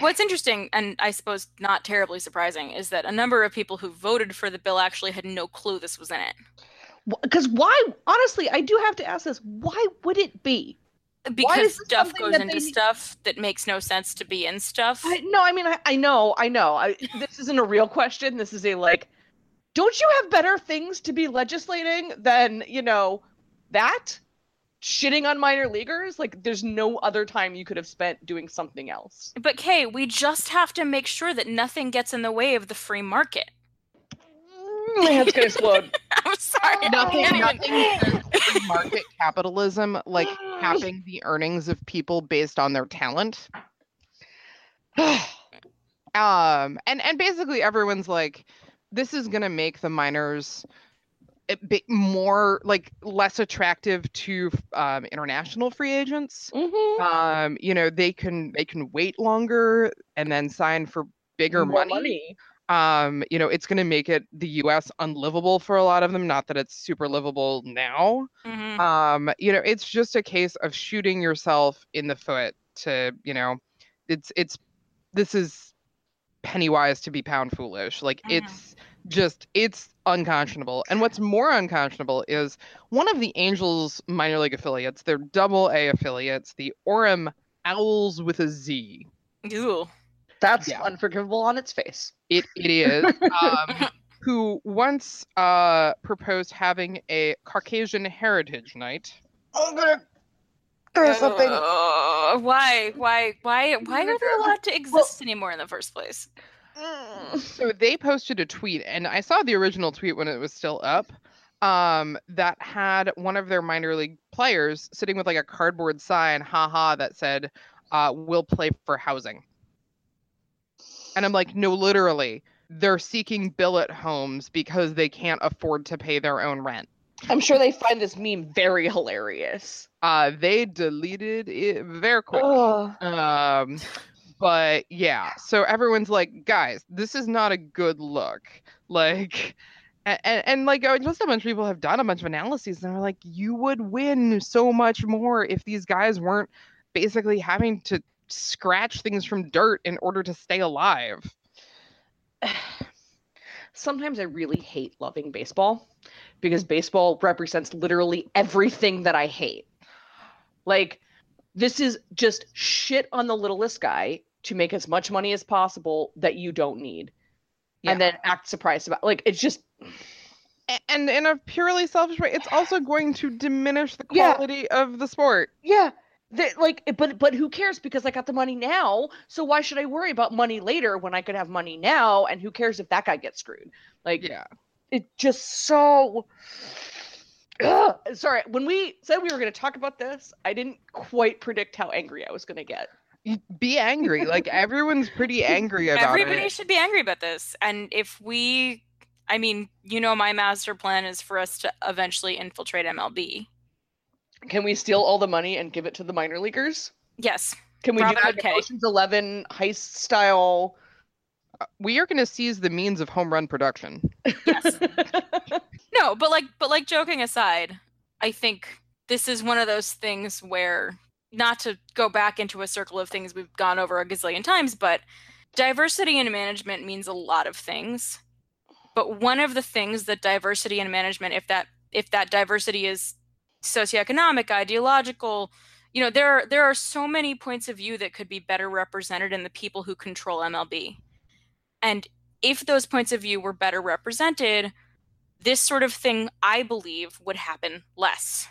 S3: what's interesting and i suppose not terribly surprising is that a number of people who voted for the bill actually had no clue this was in it
S2: Because why, honestly, I do have to ask this why would it be?
S3: because
S2: is this
S3: stuff
S2: something
S3: goes
S2: that
S3: into
S2: they need-
S3: stuff that makes no sense to be in stuff
S2: I, no, I mean, I, I know, I know. I, this isn't a real question. This is a like, don't you have better things to be legislating than, you know, that? Shitting on minor leaguers? Like, there's no other time you could have spent doing something else.
S3: but kay we just have to make sure that nothing gets in the way of the free market
S2: Mm, My head's gonna explode.
S3: I'm sorry.
S4: nothing,
S3: I can't even-
S4: nothing says free market capitalism like capping the earnings of people based on their talent. um, and and basically everyone's like, this is gonna make the miners a bit more like less attractive to um, international free agents.
S2: Mhm.
S4: Um, you know they can they can wait longer and then sign for bigger
S2: More
S4: money um, you know, it's going to make it the U.S. unlivable for a lot of them. Not that it's super livable now.
S2: Uh,
S3: Mhm.
S4: Um, you know, it's just a case of shooting yourself in the foot. To you know, it's it's this is Pennywise to be pound foolish. Like
S3: Mhm.
S4: it's just it's unconscionable. And what's more unconscionable is one of the Angels minor league affiliates, their double A affiliates, the Orem Owls with a Z.
S3: Ew.
S2: That's
S4: Yeah.
S2: unforgivable on its face.
S4: It it is. Um, who once uh, proposed having a Caucasian Heritage Night.
S2: I'm gonna throw
S3: Uh, why? Why? Why? Why are they allowed to exist anymore in the first place?
S4: So they posted a tweet, and I saw the original tweet when it was still up. Um, that had one of their minor league players sitting with like a cardboard sign, haha, that said, uh, "We'll play for housing." And I'm like, no, literally, they're seeking billet homes because they can't afford to pay their own rent.
S2: I'm sure they find this meme very hilarious.
S4: Uh, they deleted it very quick.
S2: Ugh.
S4: Um, but yeah, so everyone's like, guys, this is not a good look. Like, and, and, and like, uh, just a bunch of people have done a bunch of analyses and are like, you would win so much more if these guys weren't basically having to scratch things from dirt in order to stay alive.
S2: Sometimes I really hate loving baseball because baseball represents literally everything that I hate. Like, this is just shit on the littlest guy to make as much money as possible that you don't need. And then act surprised about like it's just
S4: A- And in a purely selfish way, it's also going to diminish the
S2: Yeah.
S4: quality of the sport.
S2: Yeah. That like but but who cares because I got the money now, so why should I worry about money later when I could have money now and who cares if that guy gets screwed? Like
S4: Yeah.
S2: it just so Ugh. Sorry, when we said we were going to talk about this, I didn't quite predict how angry I was going to get.
S4: Y- Be angry. Like, everyone's pretty angry about it.
S3: Everybody should be angry about this. And if we, I mean, you know, my master plan is for us to eventually infiltrate MLB.
S2: Can we steal all the money and give it to the minor leaguers?
S3: Yes.
S2: Can we do
S3: Robin
S2: like
S3: Hood
S2: an
S3: K.
S2: Ocean's 11 heist style?
S4: Uh, we are going to seize the means of home run production.
S3: Yes. no, but like, but like, joking aside, I think this is one of those things where, not to go back into a circle of things we've gone over a gazillion times, but diversity in management means a lot of things. But one of the things that diversity in management, if that if that diversity is socioeconomic, ideological, you know, there are, there are so many points of view that could be better represented in the people who control MLB. And if those points of view were better represented, this sort of thing, I believe, would happen less.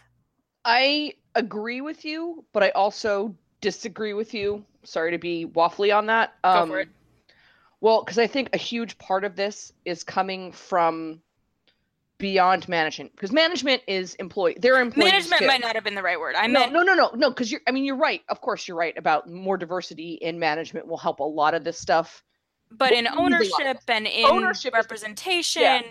S2: I agree with you, but I also disagree with you. Sorry to be waffly on that. Um,
S3: Go for it.
S2: Well, because I think a huge part of this is coming from beyond management, because management is employee. They're employees.
S3: Management
S2: too.
S3: might not have been the right word. I
S2: No,
S3: meant
S2: no, no, no, no. Because you're. I mean, you're right. Of course, you're right about more diversity in management will help a lot of this stuff.
S3: but in
S2: Well, we need a lot of
S3: ownership and in
S2: Ownership is different.
S3: representation.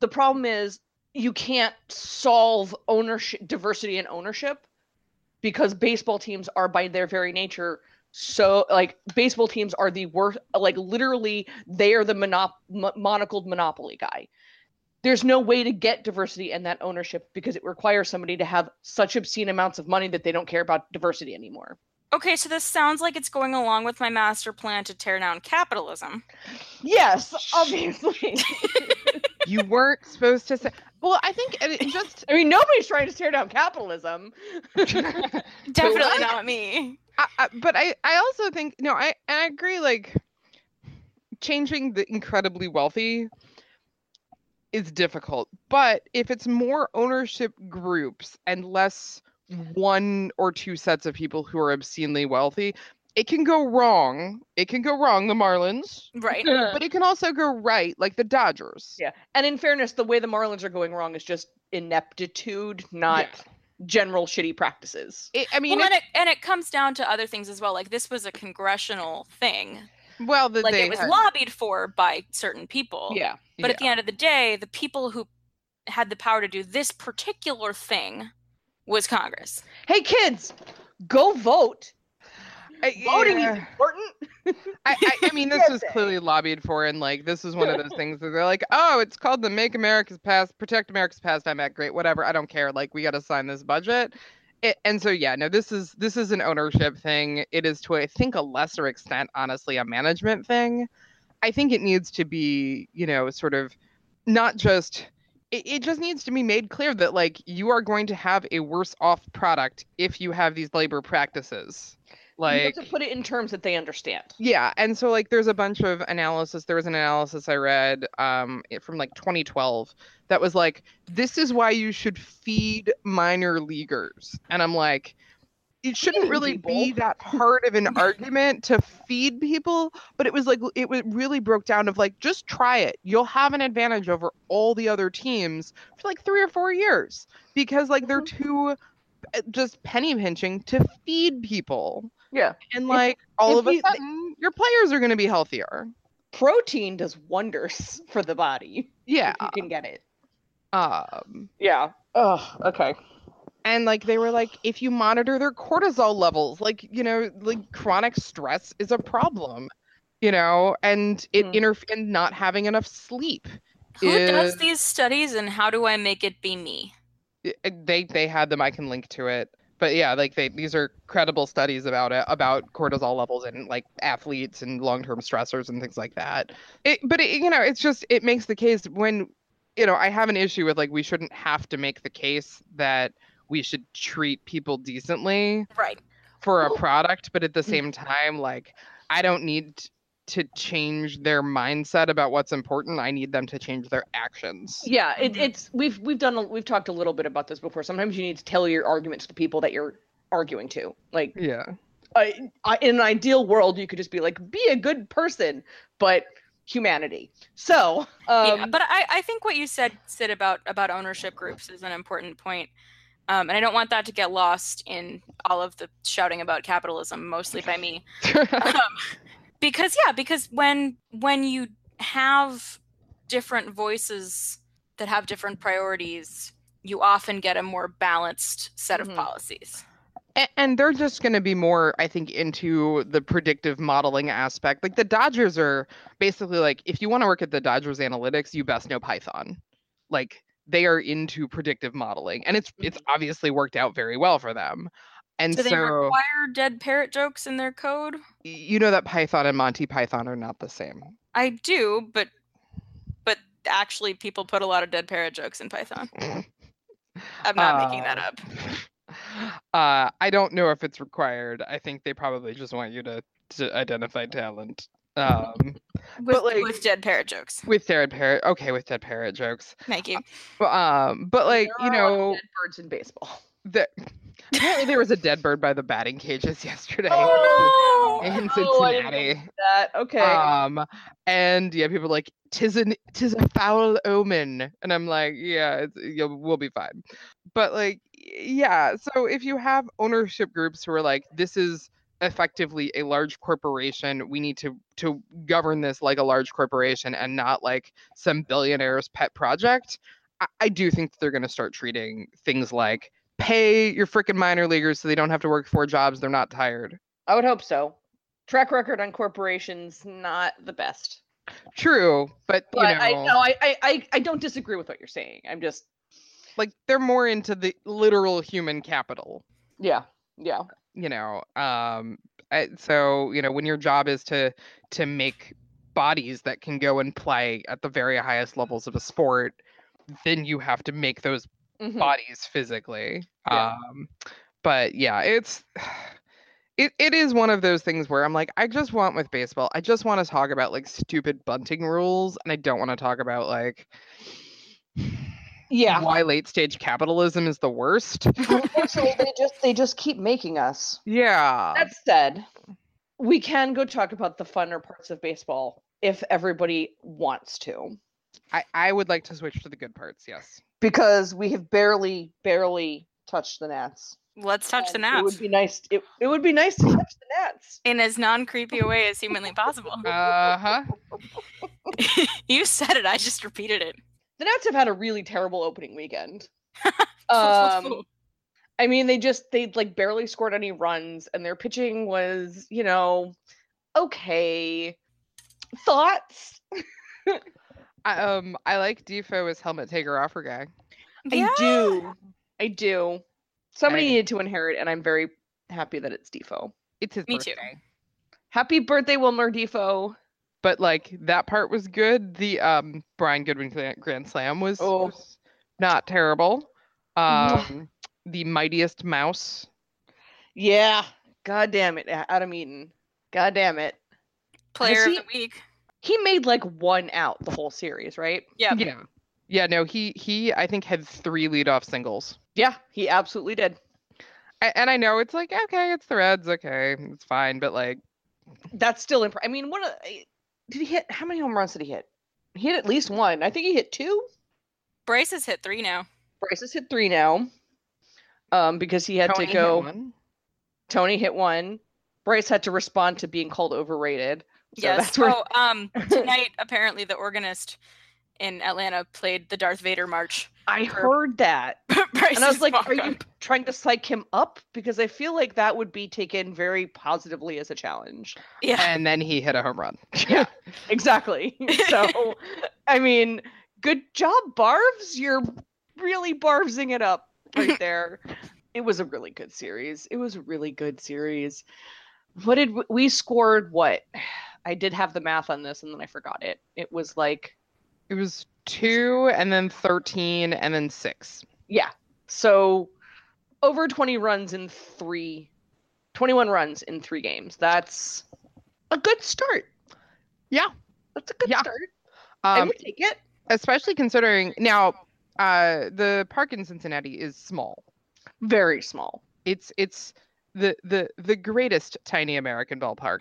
S2: the problem is you can't solve ownership diversity and ownership because baseball teams are by their very nature so like baseball teams are the worst like literally they are the monop- mo- monocled monopoly guy there's no way to get diversity and that ownership because it requires somebody to have such obscene amounts of money that they don't care about diversity anymore
S3: Okay, so this sounds like it's going along with my master plan to tear down capitalism.
S2: yes obviously
S4: You weren't supposed to say. Well, I think and it just
S2: i mean nobody's trying to tear down capitalism
S3: Definitely not me.
S4: I, I, but I, I also think no, I I agree. Like changing the incredibly wealthy is difficult, but if it's more ownership groups and less one or two sets of people who are obscenely wealthy, it can go wrong. It can go wrong, the Marlins,
S3: Right.
S4: but it can also go right, like the Dodgers.
S2: Yeah. And in fairness, the way the Marlins are going wrong is just ineptitude, not
S4: Yeah.
S2: general shitty practices.
S4: It- I
S3: Well,
S4: mean, well,
S3: and it, and it comes down to other things as well. Like this was a congressional thing.
S4: well the
S3: Like
S4: they
S3: it was
S4: had-
S3: lobbied for by certain people.
S2: Yeah.
S3: But at the end of the day, the people who had the power to do this particular thing was Congress.
S2: Hey kids, go vote.
S4: I-
S2: Voting
S4: yeah.
S2: is important.
S4: I, I, I mean, this was clearly lobbied for, and like this is one of those things that they're like, oh, it's called the Make America's Past, Protect America's Past. I'm at great, whatever. I don't care. Like we got to sign this budget. It, and so yeah, no, this is this is an ownership thing. It is to I think a lesser extent, honestly, a management thing. I think it needs to be, you know, sort of not just. It, it just needs to be made clear that like you are going to have a worse off product if you have these labor practices.
S2: you
S4: Like
S2: have to put it in terms that they understand.
S4: yeah, and so like there's a bunch of analysis. There was an analysis I read um it- from like 2012 that was like this is why you should feed minor leaguers. And I'm like it shouldn't
S2: Feeding
S4: really be
S2: people.
S4: that hard of an argument to feed people, but it was like it w- really broke down of like just try it. You'll have an advantage over all the other teams for like 3 or 4 years because like they're
S2: Mm-hmm.
S4: too uh, just penny pinching to feed people.
S2: Yeah.
S4: And
S2: If-
S4: like all
S2: if
S4: of a
S2: you- mm.
S4: sudden your players are going to be healthier.
S2: Protein does wonders for the body.
S4: Yeah.
S2: If you can get it.
S4: Um,
S2: Yeah. Oh, okay.
S4: and like they were like, if you monitor their cortisol levels, like you know, like chronic stress is a problem, you know, and it
S2: Hmm.
S4: interf- and not having enough sleep.
S3: Who does
S4: is-
S3: these studies and how do I make it be me?
S4: I- I- They they had them. I can link to it. But yeah, like they these are credible studies about it about cortisol levels and like athletes and long term stressors and things like that. It, but it, you know, it's just it makes the case when you know, I have an issue with like we shouldn't have to make the case that we should treat people decently
S3: Right.
S4: for a product, but at the same time, like I don't need t- to change their mindset about what's important. I need them to change their actions.
S2: Yeah, it,
S3: Mhm.
S2: it's we've we've done a, we've talked a little bit about this before. Sometimes you need to tailor your arguments to the people that you're arguing to. Like
S4: Yeah.
S2: I, I, in an ideal world, you could just be like, be a good person, but humanity. So, um,
S3: yeah, but I, I think what you said, Sid, about about ownership groups is an important point. Um, and I don't want that to get lost in all of the shouting about capitalism, mostly by me. um, because yeah because when when you have different voices that have different priorities you often get a more balanced set
S2: Mhm.
S3: of policies
S4: A- and they're just going to be more i think into the predictive modeling aspect like the dodgers are basically like if you want to work at the dodgers analytics you best know python like they are into predictive modeling and it's it's obviously worked out very well for them and
S3: do
S4: so
S3: they require dead parrot jokes in their code
S4: you know that python and monty python are not the same
S3: i do but but actually people put a lot of dead parrot jokes in python i'm not making that
S4: Uh,
S3: up
S4: uh, i don't know if it's required i think they probably just want you to, to identify talent um,
S3: with,
S4: like-
S3: with dead parrot jokes
S4: with dead parrot okay with dead parrot jokes
S3: thank you
S4: Well, um but like
S2: there
S4: you
S2: are a lot of
S4: know
S2: dead birds in baseball.
S4: the, apparently there was a dead bird by the batting cages yesterday
S2: Oh,
S4: in
S2: Oh, I didn't
S4: cincinnati
S2: That okay?
S4: um and yeah people are like tis an tis a foul omen and i'm like yeah it's, you'll, we'll be fine but like yeah so if you have ownership groups who are like this is effectively a large corporation we need to to govern this like a large corporation and not like some billionaire's pet project i, I do think that they're going to start treating things like pay your freaking minor leaguers so they don't have to work four jobs they're not tired
S2: I would hope so. Track record on corporations not the best,
S4: true but,
S2: but
S4: you know
S2: I no, I, I I I don't disagree with what you're saying. I'm just
S4: like they're more into the literal human capital
S2: yeah yeah
S4: you know um I- so you know when your job is to to make bodies that can go and play at the very highest levels of a sport then you have to make those
S2: Mhm.
S4: bodies physically
S2: Yeah.
S4: um but yeah it's it, it is one of those things where i'm like i just want with baseball i just want to talk about like stupid bunting rules and i don't want to talk about like
S2: yeah.
S4: why late stage capitalism is the worst
S2: Unfortunately, they just they just keep making us.
S4: Yeah.
S2: That said, we can go talk about the funner parts of baseball if everybody wants to,
S4: I, I would like to switch to the good parts. Yes.
S2: because we have barely, barely touched the Nats.
S3: Let's touch the
S2: and It
S3: Nats
S2: would be nice. It, it would be nice to touch the Nats.
S3: in as non creepy a way as humanly possible.
S4: Uh huh.
S3: you said it. I just repeated it.
S2: The Nats have had a really terrible opening weekend. um, I mean, they just they like barely scored any runs, and their pitching was, you know, okay. Thoughts?
S4: I, um, I like Defoe as helmet taker offer guy.
S3: Yeah.
S2: I do. I do. Somebody
S4: I-
S2: needed to inherit, and I'm very happy that it's Defoe.
S4: It's his
S3: Me too.
S4: birthday.
S2: Happy birthday, Wilmer Defoe.
S4: But like that part was good. The um Brian Goodwin gla- Grand Slam was,
S2: Oh.
S4: was not terrible.
S2: Mwah.
S4: Um, the mightiest mouse.
S2: Yeah. God damn it, A- Adam Eaton. God damn it.
S3: Player
S2: he-
S3: of the week.
S2: He made like one out the whole series, right?
S3: Yeah.
S4: Yeah. Yeah. No, he he I think had three leadoff singles.
S2: Yeah, he absolutely did.
S4: I, and I know it's like okay, it's the Reds, okay, it's fine, but like
S2: That's still impressive. I mean, what a, I- did he hit? How many home runs did he hit? He hit at least one. I think he hit two.
S3: Bryce has hit three now.
S2: Bryce has hit three now, um, because he had
S4: Tony
S2: to
S4: hit
S2: go.
S4: one.
S2: Tony hit one. Bryce had to respond to being called overrated. So
S3: yes.
S2: that's where-
S3: Oh, um, tonight apparently the organist in Atlanta played the Darth Vader march.
S2: I
S3: Or-
S2: heard that,
S3: Bryce's
S2: and I was like, "Are you
S3: walk-up.
S2: trying to psych him up?" Because I feel like that would be taken very positively as a challenge.
S3: Yeah.
S4: and then he hit a home run.
S2: Yeah. Exactly. So, I mean, good job, Barves. You're really barvesing it up right there. it was a really good series. It was a really good series. What did we, we scored? What? I did have the math on this, and then I forgot it. It was like
S4: it was two, and then thirteen, and then six.
S2: yeah. So over 20 runs in three, 21 runs in three games. That's a good start.
S4: Yeah.
S2: That's a good
S4: Yeah.
S2: start. I
S4: Um,
S2: would take it.
S4: especially considering now, uh, the park in Cincinnati is small.
S2: Very small.
S4: It's it's the the the greatest tiny American ballpark.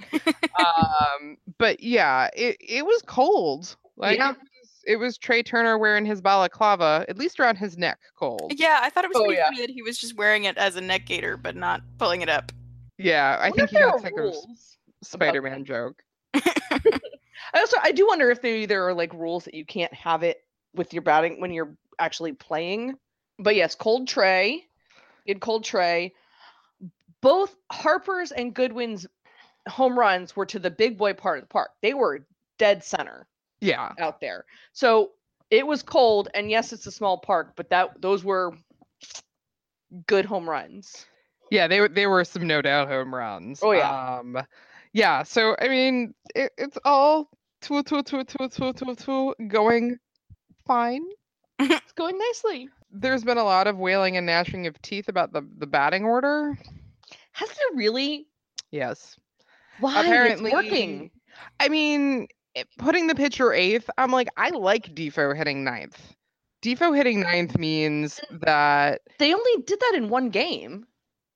S4: um, but yeah, it it was cold. Like
S2: Yeah.
S4: it, was, it was Trey Turner wearing his balaclava, at least around his neck, cold.
S3: Yeah, I thought it was
S2: Oh,
S3: pretty
S2: yeah.
S3: funny that he was just wearing it as a neck gaiter, but not pulling it up.
S4: Yeah, I
S2: wonder
S4: think
S2: if
S4: he
S2: there
S4: got
S2: are
S4: sick of
S2: rules.
S4: Spider-Man joke.
S2: I also I do wonder if maybe there are like rules that you can't have it with your batting when you're actually playing. But yes, cold tray, good cold tray. Both Harper's and Goodwin's home runs were to the big boy part of the park. They were dead center
S4: Yeah,
S2: out there. So it was cold, and yes, it's a small park, but that those were good home runs.
S4: yeah, they were they were some no doubt home runs.
S2: Oh, yeah.
S4: um, yeah. So I mean, it, it's all two two two two two two two going fine.
S2: It's going nicely.
S4: There's been a lot of wailing and gnashing of teeth about the the batting order.
S2: Has it really?
S4: Yes,
S2: Why
S4: apparently
S2: Ah, it's working?
S4: I mean, it- putting the pitcher eighth, I'm like, I like Defoe hitting ninth. Defoe hitting ninth means that
S2: They only did that in one game.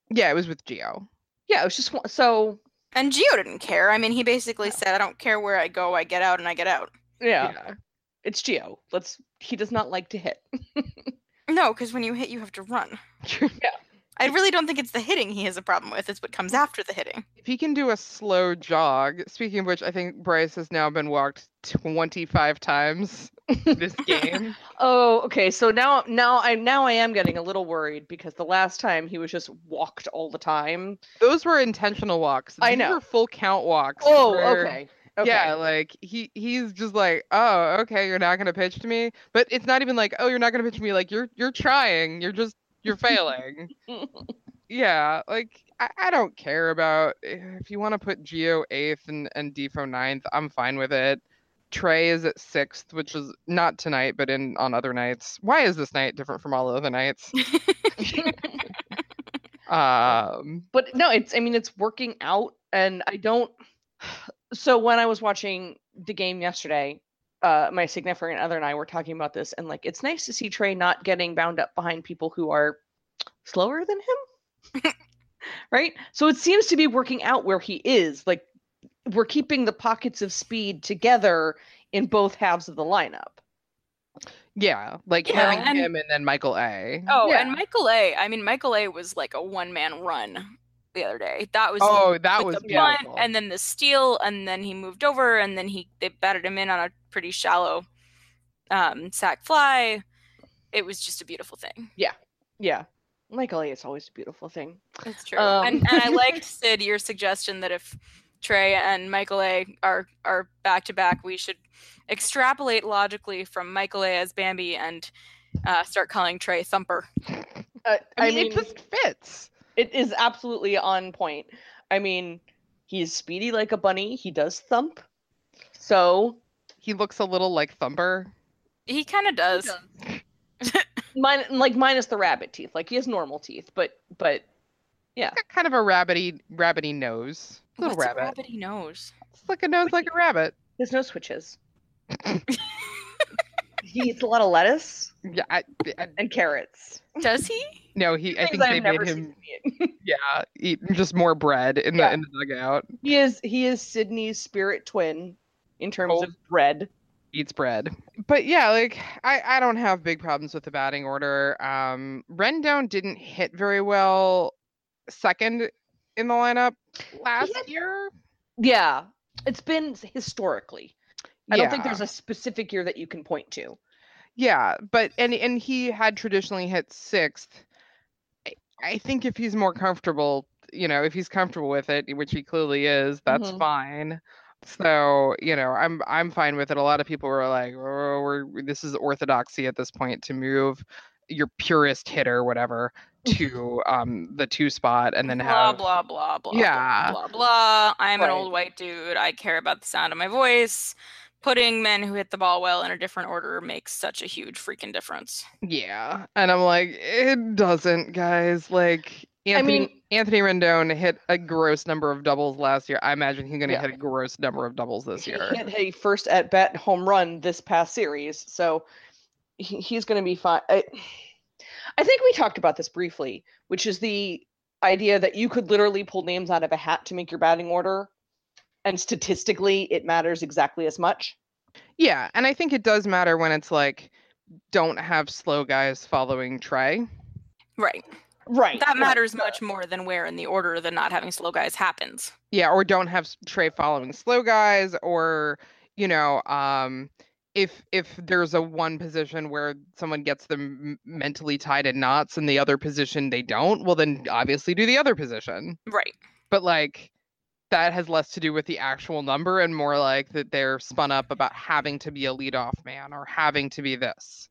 S4: yeah, it was with Geo.
S2: Yeah, it was just one. So
S3: And Gio didn't care. I mean, he basically said, I don't care where I go, I get out and I get out.
S2: yeah, it's Geo. Let's. He does not like to hit.
S3: No, because when you hit, you have to run.
S4: yeah.
S3: I really don't think it's the hitting he has a problem with. It's what comes after the hitting.
S4: If he can do a slow jog, speaking of which, I think Bryce has now been walked 25 times this game.
S2: Oh, okay. So now, now I now I am getting a little worried because the last time he was just walked all the time.
S4: Those were intentional walks.
S2: I
S4: These
S2: know.
S4: were full count walks.
S2: Oh,
S4: where-
S2: okay. Okay.
S4: Yeah, like he he's just like, "Oh, okay, you're not going to pitch to me." But it's not even like, "Oh, you're not going to pitch to me." Like you're you're trying. You're just you're failing. yeah, like I, I don't care about eh, if you want to put Geo 8th and and Defo ninth. I'm fine with it. Trey is at sixth, which is not tonight, but in on other nights. Why is this night different from all other nights? um,
S2: but no, it's. I mean, it's working out, and I don't. So when I was watching the game yesterday, uh, my significant other and I were talking about this, and like, it's nice to see Trey not getting bound up behind people who are slower than him. right? So it seems to be working out where he is. Like we're keeping the pockets of speed together in both halves of the lineup.
S4: Yeah, like
S3: Yeah,
S4: having
S3: and-
S4: him and then Michael A.
S3: Oh,
S2: Yeah.
S3: and Michael A. I mean, Michael A. was like a one man run the other day. That was
S4: Oh, that
S3: with
S4: was
S3: the punt
S4: beautiful.
S3: and then the steal, and then he moved over, and then he they batted him in on a pretty shallow um, sack fly. It was just a beautiful thing.
S2: Yeah. Michael A is always a beautiful thing.
S3: That's true.
S2: Um,
S3: and, and I liked Sid your suggestion that if Trey and Michael A are are back to back, we should extrapolate logically from Michael A as Bambi and uh, start calling Trey Thumper.
S2: Uh,
S4: I, mean, it just fits.
S2: It is absolutely on point. I mean, he's speedy like a bunny. He does thump. So
S4: He looks a little like Thumper.
S3: He kind of does.
S2: min- like minus the rabbit teeth. Like he has normal teeth, but but
S4: He's got kind of a rabbity, rabbity nose. Little
S3: What's a
S4: rabbit.
S3: He knows.
S4: It's like a nose like a rabbit.
S2: there's no switches. he eats a lot of lettuce
S4: Yeah, I, I,
S2: and carrots.
S3: Does he?
S4: no, he. I
S2: Things
S4: think they
S2: I've never
S4: made
S2: seen
S4: him.
S2: him eat.
S4: Yeah, eat just more bread in
S2: Yeah.
S4: the in the dugout.
S2: he is he is Sydney's spirit twin in terms
S4: Oh.
S2: of bread.
S4: Eats bread. But yeah, like I, I don't have big problems with the batting order. Um, Rendon didn't hit very well. Second in the lineup last
S2: had-
S4: year.
S2: Yeah, it's been s- historically. I don't think
S4: Yeah.
S2: there's a specific year that you can point to.
S4: Yeah, but and and he had traditionally hit sixth. I, I think if he's more comfortable, you know, if he's comfortable with it, which he clearly is, that's
S2: Mhm.
S4: fine. So you know, I'm I'm fine with it. A lot of people were like, "Oh, we're we- this is orthodoxy at this point to move your purest hitter, whatever, to um the two spot and then
S3: blah
S4: have
S3: blah blah blah.
S4: Yeah.
S3: Blah blah. blah. I'm
S2: Right.
S3: an old white dude. I care about the sound of my voice. Putting men who hit the ball well in a different order makes such a huge freaking difference.
S4: yeah. And I'm like, it doesn't, guys. Like. Anthony,
S2: mean-
S4: Anthony Rendon hit a gross number of doubles last year. I imagine he's going to
S2: Yeah.
S4: hit a gross number of doubles this
S2: He
S4: year.
S2: hit a first at bat home run this past series, so he, he's going to be fine. I, I think we talked about this briefly, which is the idea that you could literally pull names out of a hat to make your batting order, and statistically, it matters exactly as much.
S4: Yeah, and I think it does matter when it's like don't have slow guys following Trey.
S3: Right.
S2: Right.
S3: That matters much more than where in the order the not having slow guys happens.
S4: Yeah, or don't have s- Trey following slow guys or you know, um if if there's a one position where someone gets them m- mentally tied in knots and the other position they don't, well then obviously do the other position.
S3: Right.
S4: But like that has less to do with the actual number and more like that they're spun up about having to be a leadoff man or having to be this.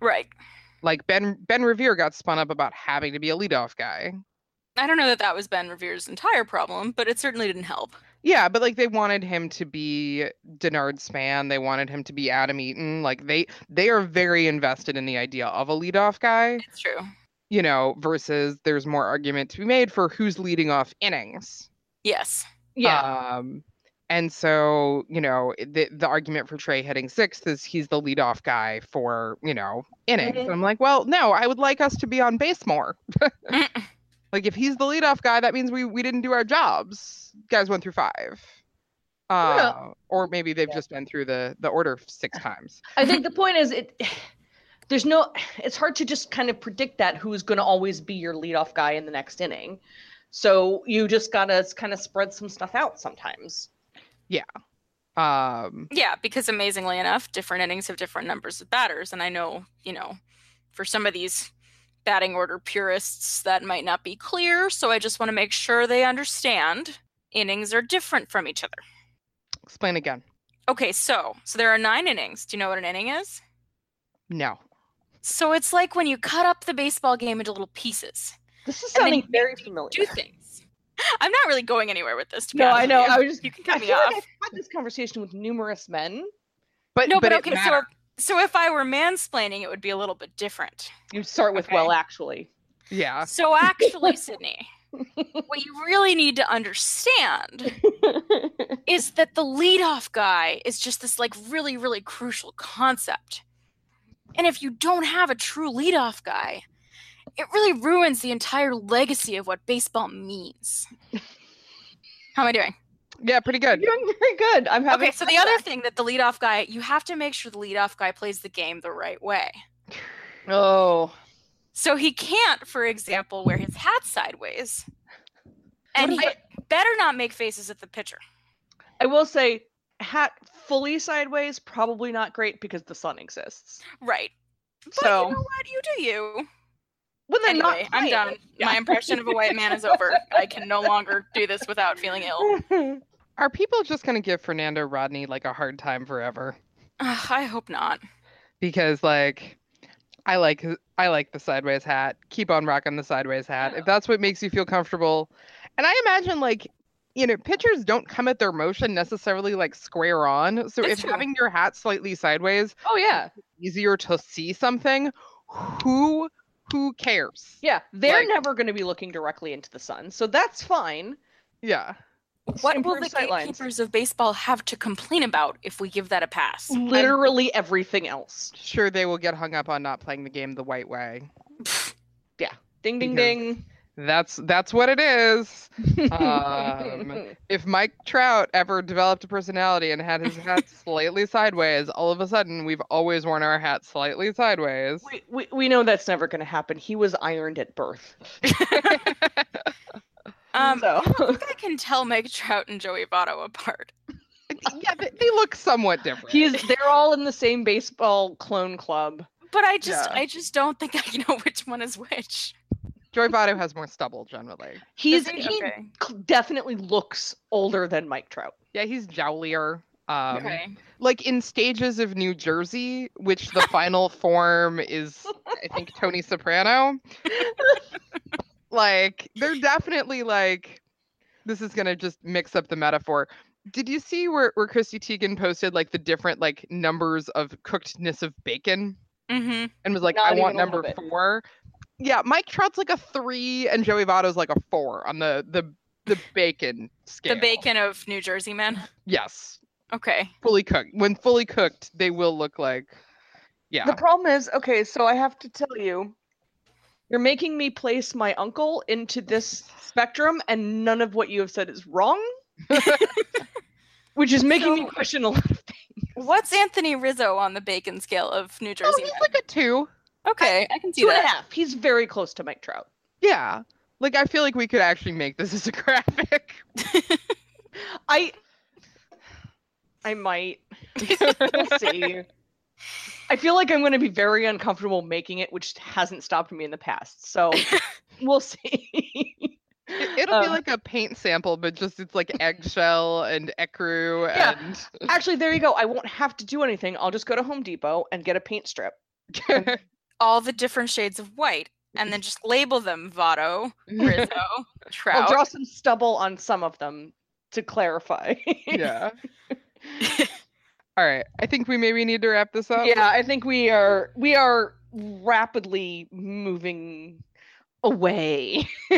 S3: Right.
S4: Like Ben Ben Revere got spun up about having to be a leadoff guy.
S3: I don't know that that was Ben Revere's entire problem, but it certainly didn't help.
S4: Yeah, but like they wanted him to be Denard Span. They wanted him to be Adam Eaton. Like they they are very invested in the idea of a leadoff guy,
S3: It's true.
S4: you know, versus there's more argument to be made for who's leading off innings.
S3: Yes.
S2: Yeah.
S4: Um, and so, you know, the the argument for Trey hitting sixth is he's the leadoff guy for, you know, innings.
S2: Mhm.
S3: Mm-hmm.
S4: And I'm like, well, no, I would like us to be on base more.
S3: Mm.
S4: Like if he's the leadoff guy, that means we we didn't do our jobs. Guys one through five. Uh, or maybe they've
S2: Yeah.
S4: just been through the the order f- six times.
S2: I think the point is it. There's no. It's hard to just kind of predict that who's going to always be your leadoff guy in the next inning. So you just gotta kind of spread some stuff out sometimes.
S4: Um,
S3: Yeah, because amazingly enough, different innings have different numbers of batters. And I know, you know, for some of these batting order purists, that might not be clear. So I just want to make sure they understand innings are different from each other.
S4: explain again.
S3: Okay, so so there are nine innings. Do you know what an inning is?
S4: No.
S3: So it's like when you cut up the baseball game into little pieces.
S2: This is
S3: And then
S2: sounding
S3: you
S2: very familiar.
S3: Do things. I'm not really going anywhere with this. To be
S2: No,
S3: honest
S2: I
S3: with
S2: know.
S3: you.
S2: I was just.
S3: You can cut
S2: I
S3: me
S2: feel
S3: off.
S2: like I've had this conversation with numerous men.
S4: But
S3: No, but,
S4: it
S3: okay, so
S4: matter-
S3: if, so if I were mansplaining, it would be a little bit different.
S2: You start with
S3: Okay.
S2: well, actually. Uh.
S4: yeah.
S3: So actually, Sydney, what you really need to understand is that the leadoff guy is just this like really, really crucial concept. And if you don't have a true leadoff guy, it really ruins the entire legacy of what baseball means. How am I doing?
S4: Yeah, pretty good.
S2: You're doing very good. I'm having
S3: Okay, so the other thing that the leadoff guy, you have to make sure the leadoff guy plays the game the right way.
S2: Oh.
S3: So he can't, for example, wear his hat sideways. And he
S2: What
S3: better not make faces at the pitcher.
S2: I will say hat fully sideways probably not great because the sun exists.
S3: Right. But
S2: So-
S3: you know what? You do you.
S2: When they're not
S3: Anyway, I'm
S2: playing-
S3: done. My impression of a white man is over. I can no longer do this without feeling ill.
S4: Are people just gonna give Fernando Rodney like a hard time forever?
S3: Ugh, I hope not.
S4: Because like, I like his- I like the sideways hat. Keep on rocking the sideways hat if that's what makes you feel comfortable. And I imagine like, you know, pitchers don't come at their motion necessarily like square on. So
S3: That's
S4: if
S3: true.
S4: having your hat slightly sideways
S2: Oh yeah.
S4: easier to see something, who who cares?
S2: Yeah. They're
S4: Like-
S2: never gonna be looking directly into the sun. So that's fine.
S4: Yeah.
S3: What will
S2: Improve
S3: the
S2: sight lines.
S3: gatekeepers of baseball have to complain about if we give that a pass?
S2: Mm-hmm. Literally everything else.
S4: Sure, they will get hung up on not playing the game the white way.
S2: Ding ding
S4: Because-
S2: ding.
S4: That's that's what it is. Um, if Mike Trout ever developed a personality and had his hat slightly sideways, all of a sudden we've always worn our hat slightly sideways.
S2: we, we, we know that's never going to happen. He was ironed at birth.
S3: Um,
S2: so.
S3: I think I can tell Mike Trout and Joey Votto apart.
S4: yeah, they, they look somewhat different.
S2: He's they're all in the same baseball clone club.
S3: But I just,
S4: Yeah.
S3: I just don't think I know which one is which.
S4: Joy Votto has more stubble generally.
S2: He's
S3: Does he?
S2: he
S3: okay.
S2: cl- definitely looks older than Mike Trout.
S4: Yeah, he's jowlier. Um,
S3: okay.
S4: Like in stages of New Jersey, which the final form is, I think, Tony Soprano. like, they're definitely like, this is going to just mix up the metaphor. Did you see where, where Christy Teigen posted like the different like numbers of cookedness of bacon
S3: Mm-hmm.
S4: and was like,
S2: Not
S4: I want
S2: even a little
S4: number
S2: bit.
S4: four? Yeah, Mike Trout's like a three and Joey Votto's like a four on the the the bacon scale.
S3: The bacon of New Jersey men.
S4: Yes.
S3: Okay.
S4: fully cooked. When fully cooked, they will look like yeah.
S2: The problem is, okay, so I have to tell you, you're making me place my uncle into this spectrum, and none of what you have said is wrong, which is making me
S3: So-
S2: question a lot. Of things.
S3: What's Anthony Rizzo on the bacon scale of New Jersey
S4: oh, he's
S3: men?
S4: like a two.
S3: okay, I can see
S2: Two and a
S3: that.
S2: half. He's very close to Mike Trout.
S4: Yeah. Like I feel like we could actually make this as a graphic.
S2: I I might. we'll see. I feel like I'm going to be very uncomfortable making it, which hasn't stopped me in the past. So we'll see.
S4: It, will be
S2: Uh,
S4: like a paint sample, but just it's like eggshell and ecru
S2: Yeah.
S4: and
S2: Actually, there you go. I won't have to do anything. I'll just go to Home Depot and get a paint strip.
S3: All the different shades of white, and then just label them Votto, Rizzo,
S2: I'll
S3: Trout.
S2: draw some stubble on some of them to clarify.
S4: yeah. All right. I think we maybe need to wrap this up.
S2: yeah, I think we are we are rapidly moving away.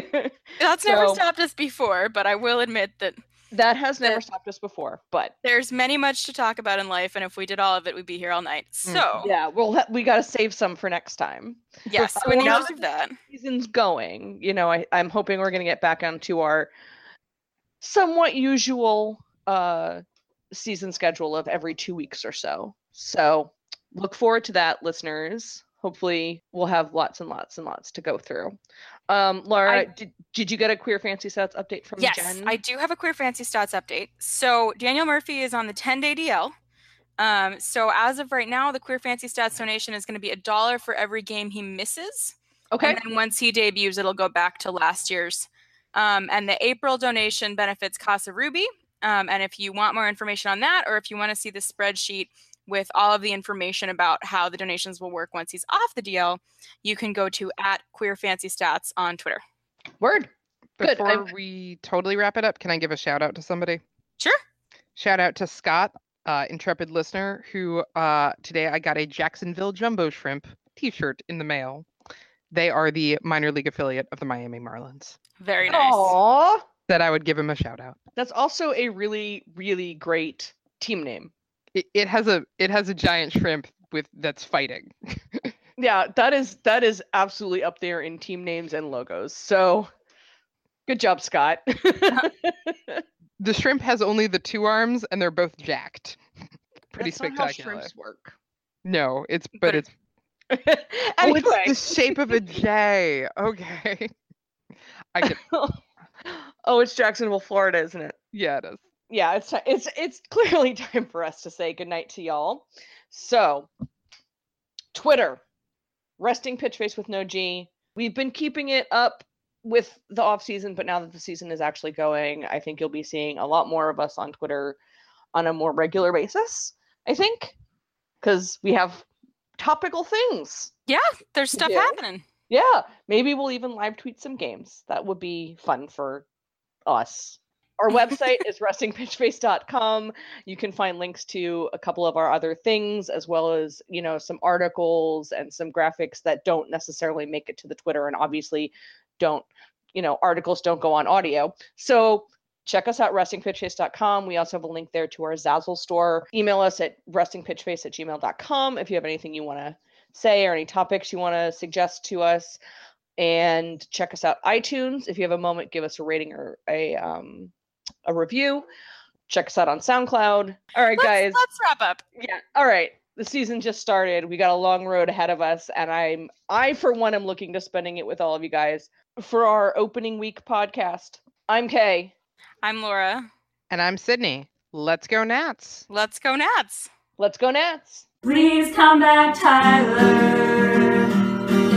S3: That's never
S2: So-
S3: stopped us before, but I will admit that
S2: that has never
S3: The-
S2: stopped us before, but
S3: there's many much to talk about in life, and if we did all of it, we'd be here all night. So,
S2: yeah, we'll ha- we got to save some for next time.
S3: yes, so in the
S2: Well,
S3: interest
S2: now-
S3: of that,
S2: season's going. You know, I, I'm hoping we're going to get back onto our somewhat usual uh, season schedule of every two weeks or so. So look forward to that, listeners. Hopefully, we'll have lots and lots and lots to go through. Um, Laura,
S3: I-
S2: did, did you get a queer fancy sets update from
S3: yes,
S2: Jen?
S3: I do have a queer fancy stats update. So Daniel Murphy is on the 10 day DL. Um, so as of right now, the queer fancy stats donation is going to be a dollar for every game he misses.
S2: okay.
S3: And then once he debuts, it'll go back to last year's. Um, and the April donation benefits Casa Ruby. Um, and if you want more information on that, or if you want to see the spreadsheet with all of the information about how the donations will work once he's off the DL, you can go to at queer fancy stats on Twitter.
S2: Word. Good,
S4: Before
S2: I-
S4: we totally wrap it up, can I give a shout out to somebody?
S3: Sure.
S4: Shout out to Scott, uh, intrepid listener, who uh, today I got a Jacksonville Jumbo Shrimp T-shirt in the mail. They are the minor league affiliate of the Miami Marlins.
S3: Very nice.
S2: Aww.
S4: That I would give him a shout out.
S2: That's also a really, really great team name.
S4: It, it has a it has a giant shrimp with that's fighting.
S2: Yeah, that is that is absolutely up there in team names and logos. So good job, Scott.
S4: the shrimp has only the two arms and they're both jacked. Pretty
S2: That's not how
S4: spectacular.
S2: shrimps work.
S4: No, it's but,
S3: But
S4: it's oh,
S2: anyway,
S4: it's the shape of a J. Okay. I could,
S2: oh, it's Jacksonville, Florida, isn't it?
S4: yeah, it is.
S2: yeah, it's ti- it's it's clearly time for us to say goodnight to y'all. So, Twitter, resting pitch face with no G. We've been keeping it up with the off season, but now that the season is actually going, I think you'll be seeing a lot more of us on Twitter on a more regular basis. I think because we have topical things.
S3: There's stuff
S2: Yeah.
S3: happening.
S2: Yeah, maybe we'll even live tweet some games. That would be fun for us. Our website is restingpitchface.com. You can find links to a couple of our other things, as well as, you know, some articles and some graphics that don't necessarily make it to the Twitter and obviously don't, you know, articles don't go on audio. So check us out, restingpitchface.com. We also have a link there to our Zazzle store. Email us at restingpitchface at gmail.com if you have anything you want to say or any topics you want to suggest to us and check us out itunes if you have a moment give us a rating or a um a review check us out on soundcloud all right
S3: Let's,
S2: guys
S3: let's wrap up.
S2: yeah all right the season just started we got a long road ahead of us and i'm i for one am looking to spending it with all of you guys for our opening week podcast i'm kay
S3: I'm Laura.
S4: And I'm Sydney. Let's go Nats.
S3: Let's go Nats.
S2: let's go nats
S1: Please come back, Tyler.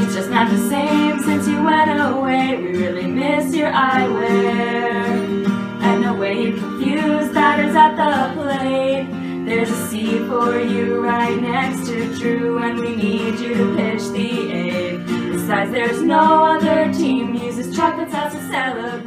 S1: It's just not the same since you went away. We really miss your eyewear. And the way you confuse batters at the plate. There's a C for you right next to Drew, and we need you to pitch the eight. Besides, there's no other team uses chocolates as a celebrate.